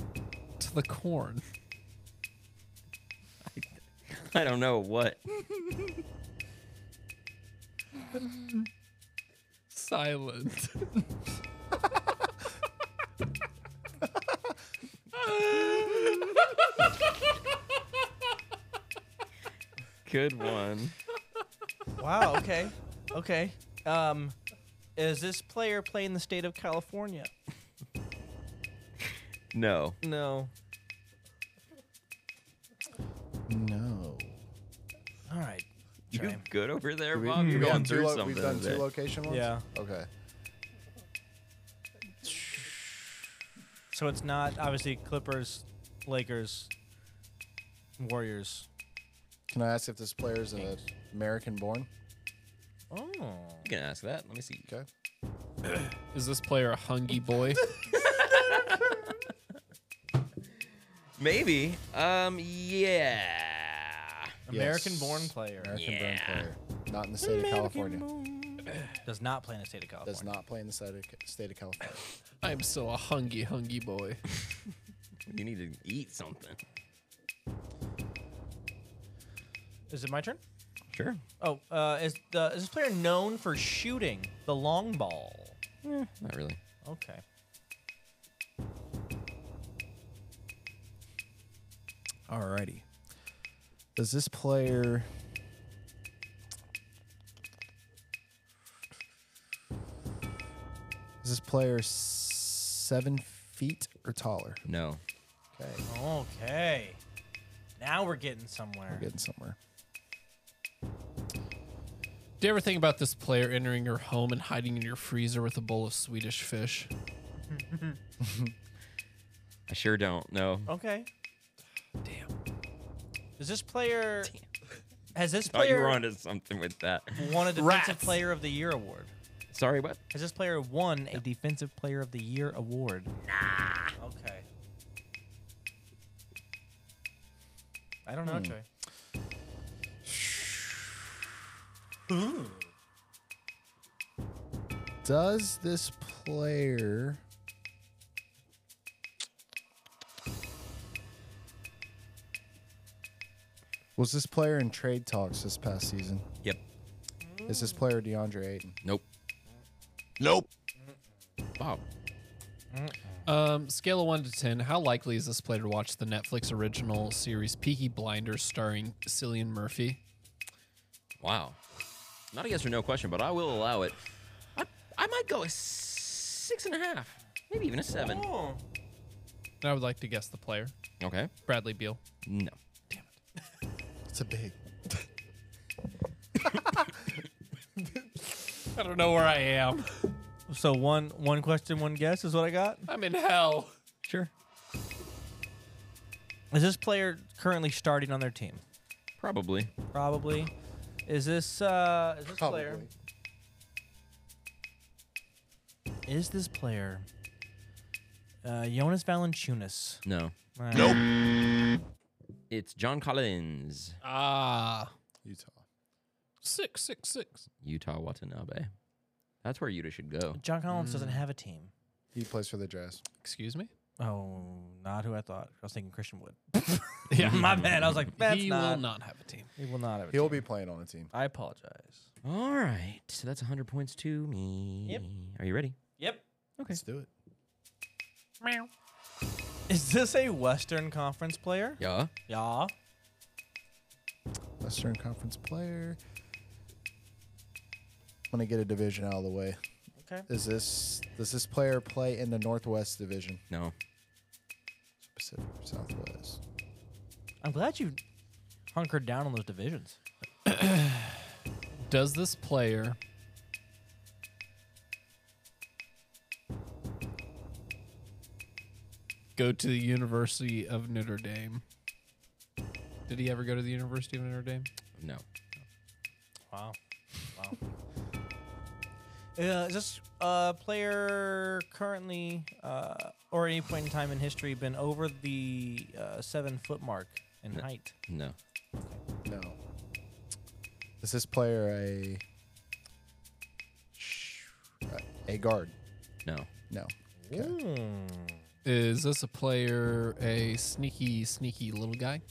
Speaker 2: to the corn?
Speaker 1: I don't know what.
Speaker 2: Silent.
Speaker 1: Good one.
Speaker 5: Wow. Okay. okay. Um, is this player playing the state of California?
Speaker 1: No.
Speaker 5: No.
Speaker 3: No.
Speaker 5: All right.
Speaker 1: You
Speaker 5: Try.
Speaker 1: good over there, Bob? You're
Speaker 3: We've done
Speaker 1: going
Speaker 3: two
Speaker 1: through
Speaker 3: lo-
Speaker 1: something.
Speaker 3: We've done two
Speaker 1: today.
Speaker 3: location ones.
Speaker 5: Yeah.
Speaker 3: Okay.
Speaker 5: So it's not obviously Clippers, Lakers, Warriors.
Speaker 3: Can I ask if this player is an American born?
Speaker 5: Oh.
Speaker 1: You can ask that. Let me see.
Speaker 3: Okay.
Speaker 2: Is this player a hungy boy?
Speaker 1: Maybe. Um. Yeah.
Speaker 5: American born player.
Speaker 3: American born player. Not in the state of California.
Speaker 5: Does not play in the state of California.
Speaker 3: Does not play in the state of, Ca- state of California.
Speaker 2: I'm so a hungy, hungy boy.
Speaker 1: You need to eat something.
Speaker 5: Is it my turn?
Speaker 1: Sure.
Speaker 5: Oh, uh, is the is this player known for shooting the long ball?
Speaker 1: Not really.
Speaker 5: Okay.
Speaker 3: Alrighty. Does this player? Is this player seven feet or taller?
Speaker 1: No.
Speaker 3: Okay,
Speaker 5: Okay. Now we're getting somewhere.
Speaker 3: we're getting somewhere.
Speaker 2: Do you ever think about this player entering your home and hiding in your freezer with a bowl of Swedish fish?
Speaker 1: I sure don't. No.
Speaker 5: Okay.
Speaker 2: Damn.
Speaker 5: Is this player? Has this
Speaker 1: Thought Oh, you
Speaker 5: player
Speaker 1: were onto something with that.
Speaker 5: won a defensive
Speaker 2: Rats.
Speaker 5: player of the year award?
Speaker 1: Sorry, what?
Speaker 5: Has this player won a defensive player of the year award? Nah. Okay. I don't know. Troy.
Speaker 3: Does this player? Was this player in trade talks this past season?
Speaker 1: Yep.
Speaker 3: Is this player DeAndre Ayton?
Speaker 1: Nope.
Speaker 4: Nope.
Speaker 1: Bob.
Speaker 2: Um, scale of one to ten, how likely is this player to watch the Netflix original series Peaky Blinders starring Cillian Murphy?
Speaker 1: Wow. Not a yes or no question, but I will allow it. I, I might go a six and a half, maybe even a seven.
Speaker 3: Hmm.
Speaker 5: Oh.
Speaker 2: And I would like to guess the player,
Speaker 1: Okay.
Speaker 2: Bradley Beal.
Speaker 1: No.
Speaker 2: Damn it.
Speaker 3: It's a big.
Speaker 2: I don't know where I am.
Speaker 5: So one one question, one guess is what I got.
Speaker 2: I'm in hell.
Speaker 1: Sure.
Speaker 5: Is this player currently starting on their team?
Speaker 1: Probably.
Speaker 5: Probably. Is this uh is this player
Speaker 3: Probably.
Speaker 5: is this player uh Jonas Valanciunas?
Speaker 1: No.
Speaker 5: Uh,
Speaker 4: Nope.
Speaker 1: It's John Collins,
Speaker 2: Ah,
Speaker 3: Utah.
Speaker 2: six, six, six.
Speaker 1: Utah Watanabe. That's where Utah should go.
Speaker 5: John Collins doesn't have a team.
Speaker 3: He plays for the Jazz.
Speaker 2: Excuse me.
Speaker 5: Oh, not who I thought. I was thinking Christian Wood.
Speaker 2: Yeah,
Speaker 5: My bad. I was like, that's
Speaker 2: he
Speaker 5: not.
Speaker 2: will not have a team.
Speaker 5: He will not have a
Speaker 3: He'll
Speaker 5: team.
Speaker 3: be playing on a team.
Speaker 5: I apologize.
Speaker 1: All right. So that's 100 points to me.
Speaker 5: Yep.
Speaker 1: Are you ready?
Speaker 5: Yep.
Speaker 3: Let's do it.
Speaker 5: Is this a Western Conference player?
Speaker 1: Yeah.
Speaker 5: Yeah.
Speaker 3: Western Conference player. I'm gonna get a division out of the way.
Speaker 5: Okay.
Speaker 3: Is this does this player play in the Northwest Division,
Speaker 1: No.
Speaker 3: Pacific or Southwest?
Speaker 5: I'm glad you hunkered down on those divisions.
Speaker 2: Does this player go to the University of Notre Dame? Did he ever go to the University of Notre Dame?
Speaker 1: No.
Speaker 5: Wow. Wow. Uh, is this uh, player currently, uh, or at any point in time in history, been over the uh, seven foot mark in
Speaker 1: No.
Speaker 5: height?
Speaker 1: No.
Speaker 3: No. Is this player a a guard?
Speaker 1: No.
Speaker 3: No. Okay.
Speaker 2: Is this a player a sneaky, sneaky little guy?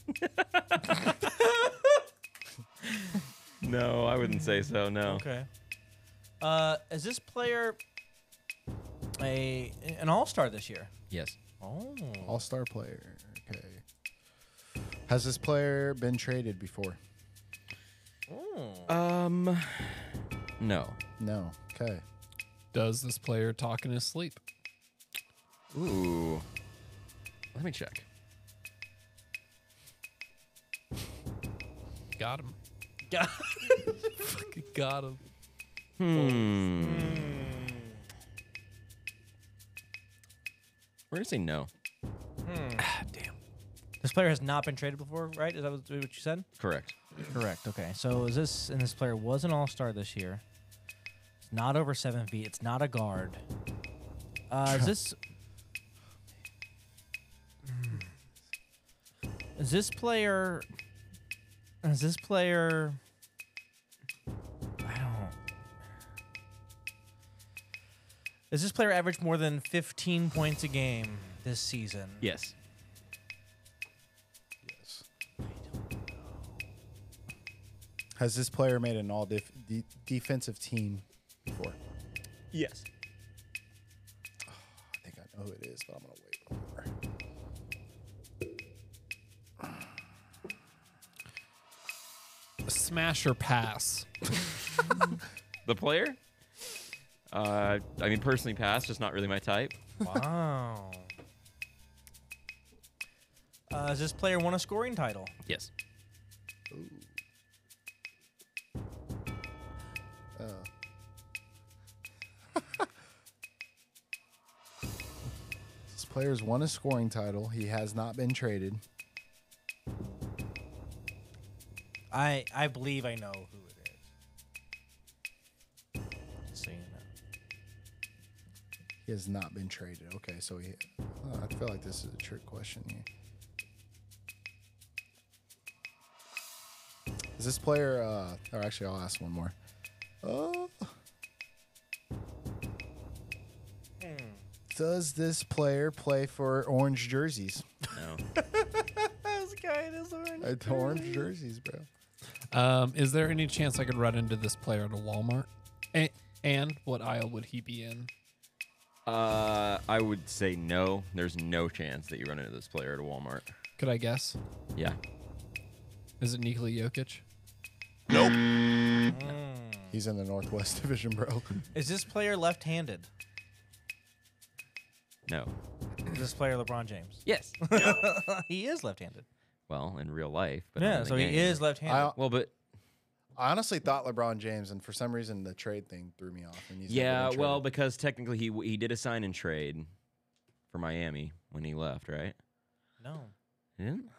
Speaker 1: No, I wouldn't say so. No.
Speaker 5: Okay. Uh, is this player a an all star this year?
Speaker 1: Yes.
Speaker 5: Oh.
Speaker 3: All star player. Okay. Has this player been traded before?
Speaker 5: Hmm.
Speaker 1: Um. No.
Speaker 3: No. Okay.
Speaker 2: Does this player talk in his sleep?
Speaker 1: Ooh. Let me check.
Speaker 2: Got him.
Speaker 5: Got-
Speaker 2: Fucking got him.
Speaker 1: Hmm. We're gonna say no.
Speaker 2: Damn.
Speaker 5: This player has not been traded before, right? Is that what what you said?
Speaker 1: Correct.
Speaker 5: Correct. Okay. So is this and this player was an all star this year? It's not over seven feet. It's not a guard. Uh, is this? Is this player? Is this player? I don't. Does this player average more than 15 points a game this season?
Speaker 1: Yes.
Speaker 3: Has this player made an all def- de- defensive team before?
Speaker 1: Yes.
Speaker 3: I think I know who it is, but I'm gonna wait.
Speaker 2: Smash or pass.
Speaker 1: The player? Uh, I mean, personally, pass. Just not really my type.
Speaker 5: Wow. Uh, does this player won a scoring title?
Speaker 1: Yes.
Speaker 3: This player's won a scoring title. He has not been traded.
Speaker 5: I I believe I know who it is. Just so you know.
Speaker 3: He has not been traded. Okay, so he. oh, I feel like this is a trick question here. Is this player? Uh, or actually, I'll ask one more. Oh. Does this player play for orange jerseys?
Speaker 1: No.
Speaker 5: This guy is orange.
Speaker 3: It's orange jerseys, bro.
Speaker 2: Um, is there any chance I could run into this player at a Walmart? And, and what aisle would he be in?
Speaker 1: Uh, I would say no. There's no chance that you run into this player at a Walmart.
Speaker 2: Could I guess?
Speaker 1: Yeah.
Speaker 2: Is it Nikola Jokic?
Speaker 3: He's in the Northwest Division, bro.
Speaker 5: Is this player left-handed?
Speaker 1: No.
Speaker 5: Is this player LeBron James?
Speaker 1: Yes.
Speaker 5: he is left-handed.
Speaker 1: well, in real life. But not
Speaker 5: Yeah,
Speaker 1: in the
Speaker 5: so
Speaker 1: game.
Speaker 5: he is left-handed.
Speaker 3: I,
Speaker 1: Well, but
Speaker 3: I honestly thought LeBron James, and for some reason the trade thing threw me off. And he's never
Speaker 1: yeah,
Speaker 3: been
Speaker 1: well,
Speaker 3: traded.
Speaker 1: because technically he he did a sign and trade for Miami when he left, right?
Speaker 5: no.
Speaker 1: He didn't?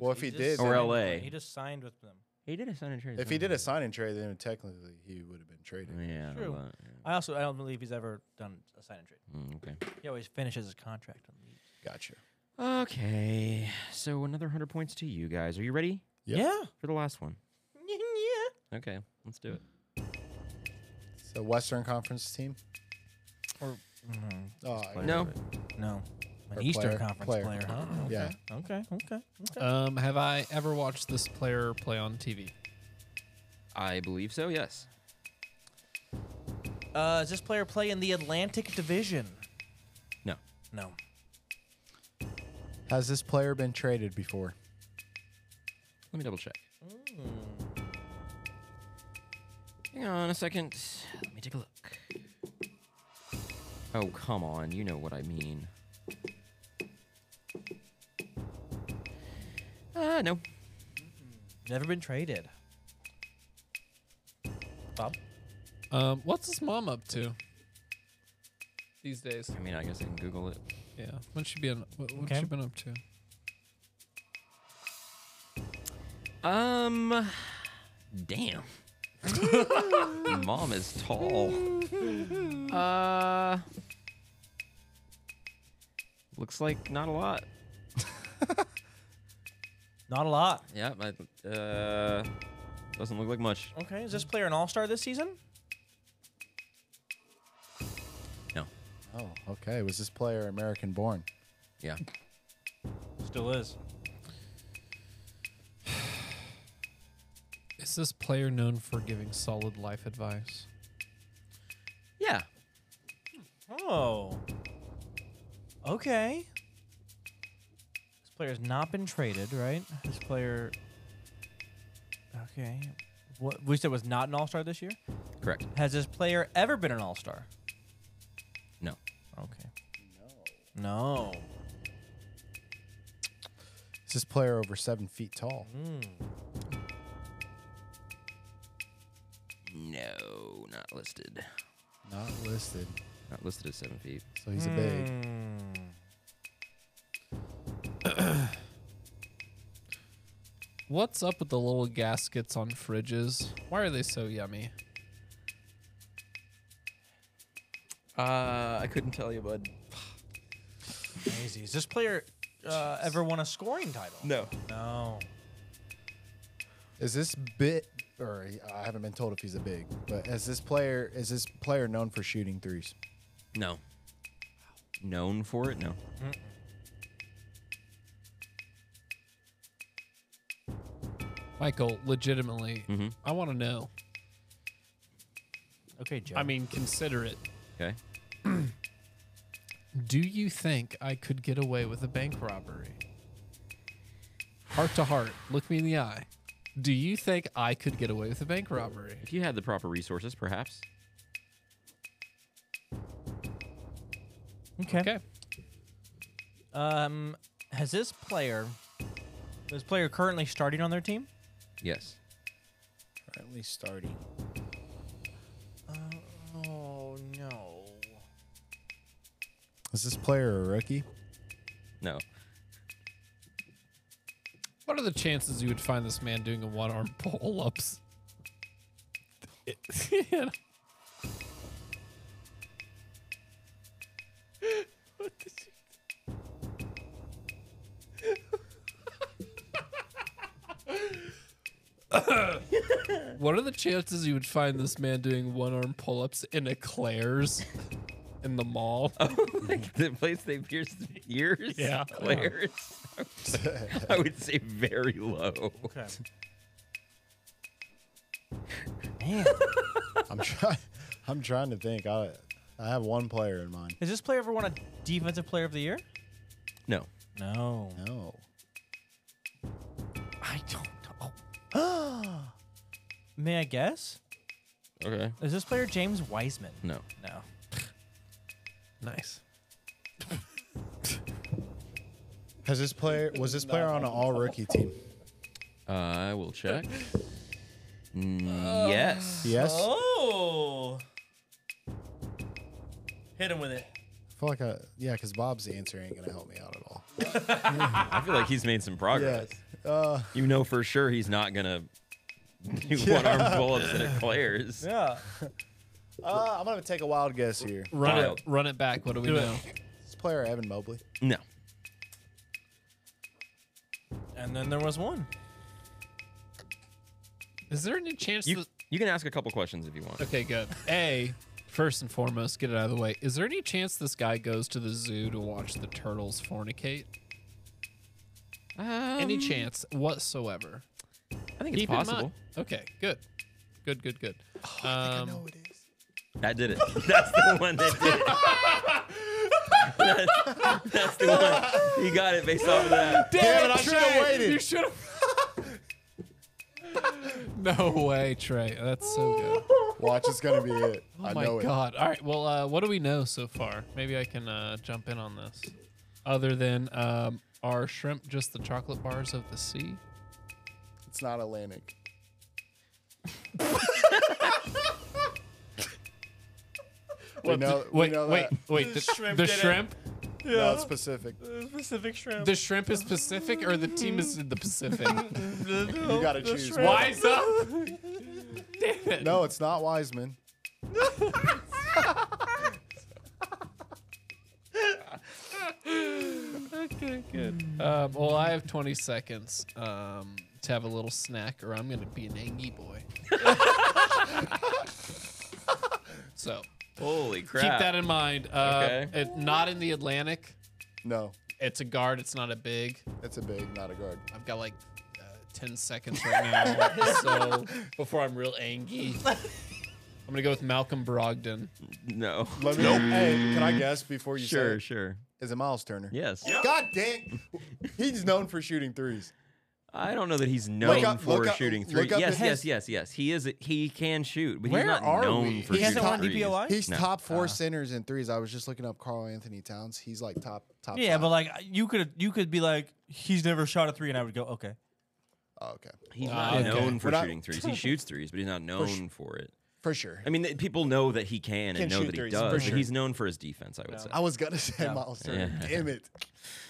Speaker 3: Well, if he
Speaker 5: just
Speaker 3: did,
Speaker 5: signed
Speaker 1: Or
Speaker 5: with
Speaker 1: LA.
Speaker 5: them. He just signed with them.
Speaker 1: He did a sign and trade.
Speaker 3: if he did a sign and trade, then technically he would have been traded.
Speaker 1: Yeah.
Speaker 5: True.
Speaker 1: but-
Speaker 5: I also I don't believe he's ever done a sign and trade.
Speaker 1: mm, okay.
Speaker 5: He always finishes his contract and leaves.
Speaker 3: Gotcha.
Speaker 1: Okay. So another 100 points to you guys. Are you ready
Speaker 3: Yep.
Speaker 1: for the last one?
Speaker 5: Yeah.
Speaker 1: Okay. Let's do it.
Speaker 3: So Western Conference team.
Speaker 5: Or mhm,
Speaker 3: Oh,
Speaker 1: Player,
Speaker 3: yeah.
Speaker 1: No. but-
Speaker 5: no. An
Speaker 3: Or
Speaker 5: Eastern
Speaker 3: player-
Speaker 5: Conference player.
Speaker 3: player.
Speaker 5: Oh,
Speaker 3: yeah.
Speaker 5: Okay. Okay. okay.
Speaker 2: Um, have I ever watched this player play on TV?
Speaker 1: I believe so, yes.
Speaker 5: Uh, does this player play in the Atlantic Division?
Speaker 1: No.
Speaker 5: No.
Speaker 3: Has this player been traded before?
Speaker 1: Let me double check. Hang on a second. Let me take a look. Oh, come on. You know what I mean. Uh, no.
Speaker 5: Never been traded. Bob.
Speaker 2: Um, what's his mom up to these days?
Speaker 1: I mean, I guess I can Google it.
Speaker 2: Yeah, what's she been? What, what's
Speaker 5: Okay.
Speaker 2: she been up to?
Speaker 1: Um, damn. Mom is tall. Uh, looks like not a lot.
Speaker 5: Not a lot.
Speaker 1: Yeah, I, uh, doesn't look like much.
Speaker 5: Okay. Is this player an All Star this season?
Speaker 1: No.
Speaker 3: Oh, okay. Was this player American born?
Speaker 1: Yeah.
Speaker 5: Still is.
Speaker 2: Is this player known for giving solid life advice?
Speaker 1: Yeah.
Speaker 5: Oh. Okay. This player's not been traded, right? This player. Okay. What we said was not an All Star this year.
Speaker 1: Correct.
Speaker 5: Has this player ever been an All Star?
Speaker 1: No.
Speaker 5: Okay. No.
Speaker 3: Is this player over seven feet tall?
Speaker 1: No, not listed.
Speaker 5: Mm-hmm.
Speaker 3: Not listed.
Speaker 1: Not listed as seven feet.
Speaker 3: So he's a big.
Speaker 5: Hmm.
Speaker 2: What's up with the little gaskets on fridges? Why are they so yummy?
Speaker 1: Uh, I couldn't tell you, bud.
Speaker 5: Crazy. Is this player uh, ever won a scoring title?
Speaker 1: No.
Speaker 5: No.
Speaker 3: Is this bit? Or I haven't been told if he's a big. But is this player? Is this player known for shooting threes?
Speaker 1: No. Known for it? No.
Speaker 2: Michael, legitimately,
Speaker 1: Mhm.
Speaker 2: I want to know.
Speaker 5: Okay, Joe.
Speaker 2: I mean, consider it.
Speaker 1: Okay.
Speaker 2: Do you think I could get away with a bank robbery? Heart to heart, look me in the eye. Do you think I could get away with a bank robbery?
Speaker 1: If you had the proper resources, perhaps.
Speaker 5: okay.
Speaker 2: Okay.
Speaker 5: Um, has this player, this player currently starting on their team?
Speaker 1: Yes.
Speaker 3: Currently starting.
Speaker 5: Oh no.
Speaker 3: Is this player a rookie?
Speaker 1: No.
Speaker 2: What are the chances you would find this man doing a one arm pull ups? What are the chances you would find this man doing one arm pull ups in a Claire's in the mall?
Speaker 1: like the place they pierced ears?
Speaker 2: Yeah.
Speaker 1: Claire's. I would say very low.
Speaker 5: Okay.
Speaker 3: I'm trying. I'm trying to think. I I have one player in mind.
Speaker 5: Has this player ever won a defensive player of the year?
Speaker 1: No.
Speaker 5: No.
Speaker 3: No.
Speaker 5: I don't know. May I guess?
Speaker 1: Okay.
Speaker 5: Is this player James Wiseman?
Speaker 1: No.
Speaker 5: No.
Speaker 2: Nice.
Speaker 3: Has this player was this player on an all rookie team?
Speaker 1: I will check. Mm, yes.
Speaker 3: Yes. I
Speaker 5: Oh. Hit him with it.
Speaker 3: feel like I yeah, because Bob's answer ain't gonna help me out at all.
Speaker 1: I feel like he's made some progress.
Speaker 3: Uh,
Speaker 1: You know for sure he's not gonna do one arm bullets and Claire's.
Speaker 5: Yeah.
Speaker 3: uh, I'm gonna take a wild guess here.
Speaker 2: Run
Speaker 1: Wild.
Speaker 2: it run it back. What do we know?
Speaker 3: This player Evan Mobley.
Speaker 1: No.
Speaker 5: And then there was one.
Speaker 2: Is there any chance
Speaker 1: You
Speaker 2: that
Speaker 1: you can ask a couple questions if you want.
Speaker 2: Okay, good. A, first and foremost, get it out of the way. Is there any chance this guy goes to the zoo to watch the turtles fornicate? any chance whatsoever?
Speaker 1: I think it's
Speaker 2: Keep in mind-
Speaker 1: possible.
Speaker 2: Okay, good. Good, good, good. Um,
Speaker 1: That did it. That's the one that did it. That's, that's the one. You got it based off of that.
Speaker 3: Damn it, I should have
Speaker 2: You
Speaker 3: waited.
Speaker 2: should have. no way, Trey. That's so good.
Speaker 3: Watch, it's gonna be it.
Speaker 2: Oh
Speaker 3: I
Speaker 2: my
Speaker 3: know
Speaker 2: god. All right. Well, uh, what do we know so far? Maybe I can uh, jump in on this. Other than um, are shrimp just the chocolate bars of the sea?
Speaker 3: it. It's not Atlantic. we know, we
Speaker 2: wait,
Speaker 3: know
Speaker 2: wait,
Speaker 3: that.
Speaker 2: wait. The,
Speaker 5: shrimp
Speaker 2: the
Speaker 5: did it.
Speaker 2: shrimp,
Speaker 3: No, it's Pacific.
Speaker 5: Pacific shrimp.
Speaker 2: the shrimp is Pacific, or the team is in the Pacific.
Speaker 3: You gotta choose. one.
Speaker 2: Oh, Wise up.
Speaker 3: No, it's not Wiseman.
Speaker 2: okay, good. Um, well, I have 20 seconds um, to have a little snack, or I'm gonna be an angry boy. so
Speaker 1: Holy crap.
Speaker 2: keep that in mind. Uh,
Speaker 1: Okay.
Speaker 2: it- not in the Atlantic.
Speaker 3: No,
Speaker 2: It's a guard. It's not a big.
Speaker 3: it's a big, not a guard.
Speaker 2: I've got like uh, 10 seconds right now. so before I'm real angry, I'm going to go with Malcolm Brogdon.
Speaker 1: No.
Speaker 3: Let me. Hey, can I guess before you say?
Speaker 1: Sure,
Speaker 3: it?
Speaker 1: sure.
Speaker 3: Is it Miles Turner?
Speaker 1: Yes.
Speaker 3: God dang, he's known for shooting threes.
Speaker 1: I don't know that he's known
Speaker 3: up-
Speaker 1: for
Speaker 3: look up-
Speaker 1: shooting
Speaker 3: look
Speaker 1: three.
Speaker 3: up
Speaker 1: Yes,
Speaker 3: his-
Speaker 1: yes, yes, yes. He is. He can shoot, but
Speaker 3: Where
Speaker 1: he's not
Speaker 3: are
Speaker 1: known
Speaker 3: we?
Speaker 1: for
Speaker 5: He hasn't
Speaker 1: shooting
Speaker 5: won
Speaker 1: threes.
Speaker 5: DPOI.
Speaker 3: He's
Speaker 1: No.
Speaker 3: top four centers in threes. I was just looking up Carl Anthony Towns. He's like top top.
Speaker 5: Yeah,
Speaker 3: five.
Speaker 5: but like you could you could be like he's never shot a three, and I would go okay.
Speaker 3: oh, okay,
Speaker 1: He's not
Speaker 2: okay.
Speaker 1: known for
Speaker 3: We're not-
Speaker 1: shooting threes. He shoots threes, but he's not known for, it.
Speaker 3: for sure.
Speaker 1: I mean, th- people know that he can,
Speaker 3: Can
Speaker 1: and know
Speaker 3: shoot
Speaker 1: that he
Speaker 3: threes,
Speaker 1: does.
Speaker 3: for
Speaker 1: but
Speaker 3: sure.
Speaker 1: He's known for his defense, I would say.
Speaker 3: I was gonna say Miles Turner.
Speaker 1: Yeah.
Speaker 3: Damn it.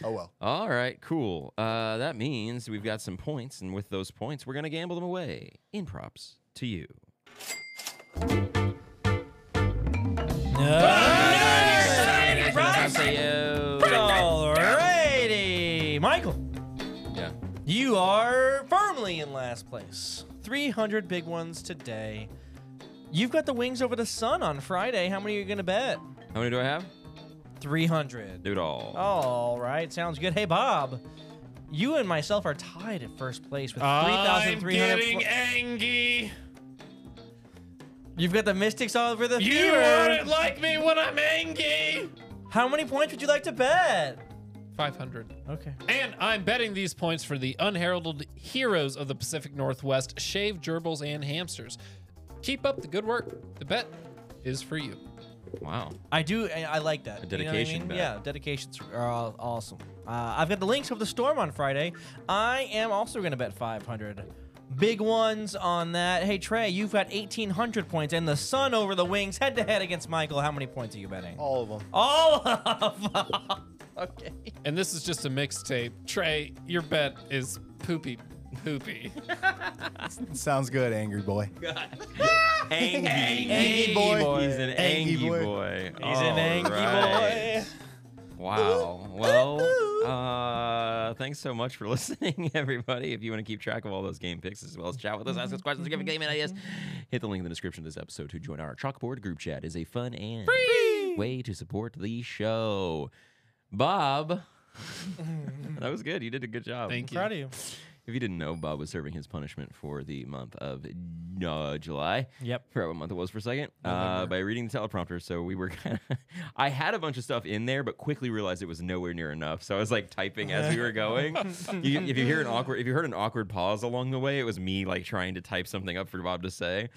Speaker 3: Oh well.
Speaker 1: All right, cool. Uh, that means we've got some points, and with those points, we're gonna gamble them away in props to you.
Speaker 5: Alrighty, Michael,
Speaker 1: Yeah.
Speaker 5: you are firmly in last place. Three hundred big ones today. You've got the wings over the sun on Friday. How many are you gonna bet?
Speaker 1: How many do I have?
Speaker 5: 300.
Speaker 1: Do it all.
Speaker 5: Oh. All right, sounds good. Hey, Bob, you and myself are tied at first place with
Speaker 2: I'm
Speaker 5: 3,300.
Speaker 2: getting
Speaker 5: fl-
Speaker 2: angry.
Speaker 5: You've got the Mystics all over the
Speaker 2: You
Speaker 5: field.
Speaker 2: aren't like me when I'm angry.
Speaker 5: How many points would you like to bet?
Speaker 2: 500.
Speaker 5: Okay.
Speaker 2: And I'm betting these points for the unheralded heroes of the Pacific Northwest, shaved gerbils and hamsters. Keep up the good work. The bet is for you.
Speaker 1: Wow.
Speaker 5: I do. I, I like that.
Speaker 1: A
Speaker 5: You know what I
Speaker 1: dedication
Speaker 5: mean?
Speaker 1: bet.
Speaker 5: Yeah, dedications are all, awesome. Uh, I've got the links of the storm on Friday. I am also going to bet 500. Big ones on that. Hey Trey, you've got 1,800 points, and the sun over the wings, head to head against Michael. How many points are you betting?
Speaker 3: All of them.
Speaker 5: All of them. okay.
Speaker 2: And this is just a mixtape. Trey, your bet is poopy poopy.
Speaker 3: Sounds good, angry boy.
Speaker 1: Angie.
Speaker 5: Angie boy.
Speaker 1: He's an
Speaker 3: Angie
Speaker 1: Angie
Speaker 3: boy.
Speaker 1: boy.
Speaker 5: He's an angry
Speaker 1: boy.
Speaker 5: boy.
Speaker 1: Wow. Well, uh, thanks so much for listening, everybody. If you want to keep track of all those game picks as well as chat with us, ask us questions, give us game ideas, hit the link in the description of this episode to join our chalkboard group chat. is a fun and free way to support the show. Bob, that was good. You did a good job.
Speaker 2: Thank you.
Speaker 5: Proud of you.
Speaker 1: If you didn't know, Bob was serving his punishment for the month of uh, July.
Speaker 5: Yep.
Speaker 1: Forgot what month it was for a second. Uh, by reading the teleprompter, so we were. Kinda I had a bunch of stuff in there, but quickly realized it was nowhere near enough. So I was like typing as we were going. you, if you hear an awkward, if you heard an awkward pause along the way, it was me like trying to type something up for Bob to say.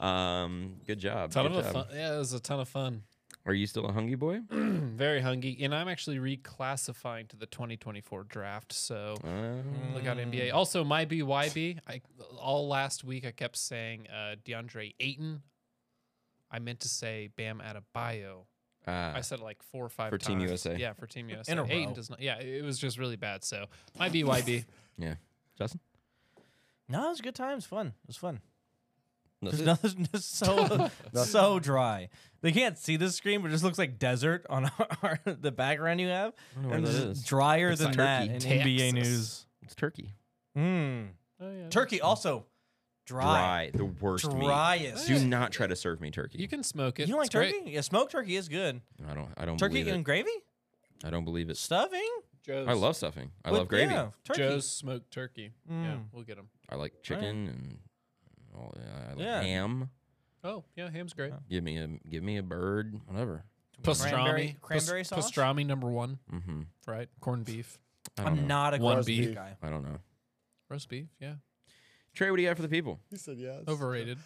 Speaker 1: Um, good job.
Speaker 2: Ton
Speaker 1: good
Speaker 2: of a
Speaker 1: job.
Speaker 2: fun. Yeah, it was a ton of fun.
Speaker 1: Are you still a hungry boy?
Speaker 2: Very hungry, and I'm actually reclassifying to the 2024 draft. So
Speaker 1: Uh,
Speaker 2: look out
Speaker 1: Mm.
Speaker 2: NBA. Also, my BYB. I all last week I kept saying uh, DeAndre Ayton. I meant to say Bam Adebayo.
Speaker 1: Uh,
Speaker 2: I said it like four or five
Speaker 1: For Team
Speaker 2: times.
Speaker 1: USA.
Speaker 2: Yeah, for Team USA.
Speaker 5: In a
Speaker 2: Ayton
Speaker 5: row.
Speaker 2: does not. Yeah, it was just really bad. So my BYB.
Speaker 1: yeah, Justin.
Speaker 5: No, it was good times. Fun. It was fun.
Speaker 1: That's
Speaker 5: There's
Speaker 1: it?
Speaker 5: nothing just so so dry. They can't see this screen, but it just looks like desert on our, the background you have.
Speaker 1: know where
Speaker 5: and
Speaker 1: that
Speaker 5: it's
Speaker 1: is.
Speaker 5: drier
Speaker 1: It's
Speaker 5: than
Speaker 1: like
Speaker 5: that
Speaker 1: Turkey,
Speaker 5: in
Speaker 2: Texas.
Speaker 5: NBA news.
Speaker 1: It's turkey.
Speaker 5: Mm.
Speaker 2: Oh, yeah,
Speaker 5: Turkey also
Speaker 1: Dry,
Speaker 5: dry.
Speaker 1: the worst meat.
Speaker 5: Driest.
Speaker 1: Do not try to serve me
Speaker 2: You
Speaker 1: turkey.
Speaker 2: can smoke it.
Speaker 5: You don't like
Speaker 2: It's great.
Speaker 5: turkey? Yeah, smoked turkey is good.
Speaker 1: I don't. I don't
Speaker 5: Turkey
Speaker 1: believe
Speaker 5: and
Speaker 1: it.
Speaker 5: gravy?
Speaker 1: I don't believe it.
Speaker 5: Stuffing?
Speaker 2: Joe's,
Speaker 1: I love stuffing. I
Speaker 5: With-
Speaker 1: love gravy.
Speaker 5: Yeah, turkey.
Speaker 2: Joe's smoked turkey. Yeah,
Speaker 5: Mm.
Speaker 2: we'll get him.
Speaker 1: I like chicken and all, I like
Speaker 5: Yeah.
Speaker 1: ham.
Speaker 2: Oh yeah, ham's great.
Speaker 1: Give me a give me a bird, whatever.
Speaker 2: Pastrami,
Speaker 5: Cranberry-
Speaker 2: pas-
Speaker 5: cranberry sauce?
Speaker 2: pastrami number one,
Speaker 1: Mm-hmm.
Speaker 2: right? Corned beef,
Speaker 1: I don't
Speaker 5: I'm
Speaker 1: know.
Speaker 5: not a
Speaker 2: One
Speaker 5: gross
Speaker 2: beef.
Speaker 5: beef guy.
Speaker 1: I don't know.
Speaker 2: roast beef, yeah,
Speaker 1: Trey, what do you got for the people?
Speaker 3: He said yes.
Speaker 2: overrated.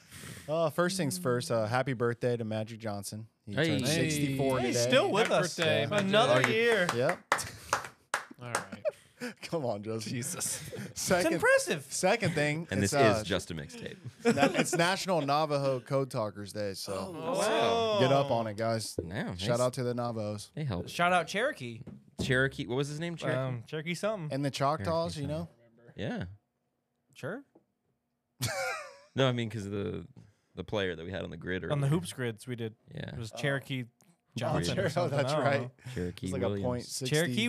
Speaker 3: Uh, first things first. Uh, happy birthday to Magic Johnson. He
Speaker 1: Hey.
Speaker 3: turned
Speaker 1: Hey.
Speaker 3: 64
Speaker 5: Hey,
Speaker 3: today.
Speaker 5: still with
Speaker 2: Happy
Speaker 5: us.
Speaker 2: birthday, my
Speaker 5: Another
Speaker 2: dude.
Speaker 5: year.
Speaker 3: Yep.
Speaker 2: All right,
Speaker 3: Come on, Joseph.
Speaker 2: Jesus.
Speaker 5: It's
Speaker 3: Second,
Speaker 5: impressive.
Speaker 3: second thing.
Speaker 1: And
Speaker 3: it's,
Speaker 1: this
Speaker 3: uh,
Speaker 1: is just a mixtape.
Speaker 3: na- it's National Navajo Code Talkers Day, so Oh,
Speaker 5: Oh.
Speaker 3: get up on it, guys.
Speaker 1: Now,
Speaker 3: Shout out to the Navajos
Speaker 1: They help.
Speaker 5: Shout out Cherokee.
Speaker 1: Cherokee. What was his name? Cherokee.
Speaker 5: Um, Cherokee something.
Speaker 3: and the Choctaws. You know,
Speaker 1: yeah.
Speaker 5: sure.
Speaker 1: No, I mean because the the player that we had on the grid or
Speaker 5: On the hoops grids we did.
Speaker 1: Yeah.
Speaker 5: It was Cherokee
Speaker 1: Johnson
Speaker 5: Johnson.
Speaker 1: or
Speaker 3: Oh, that's right.
Speaker 1: Cherokee
Speaker 3: It's like a
Speaker 1: Williams.
Speaker 3: point sixty.
Speaker 5: Cherokee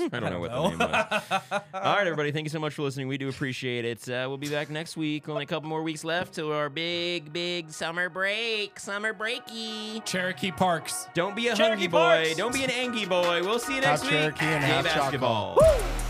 Speaker 1: I don't know what the name was. All right, everybody. Thank you so much for listening. We do appreciate it. Uh, we'll be back next week. Only a couple more weeks left to our big, big summer break. Summer breaky.
Speaker 2: Cherokee Parks.
Speaker 1: Don't be a hungry
Speaker 5: Cherokee
Speaker 1: boy.
Speaker 5: Parks.
Speaker 1: Don't be an angry boy. We'll see you next
Speaker 3: Half
Speaker 1: week.
Speaker 3: Cherokee and
Speaker 1: Yay,
Speaker 3: half Choctaw.
Speaker 1: basketball.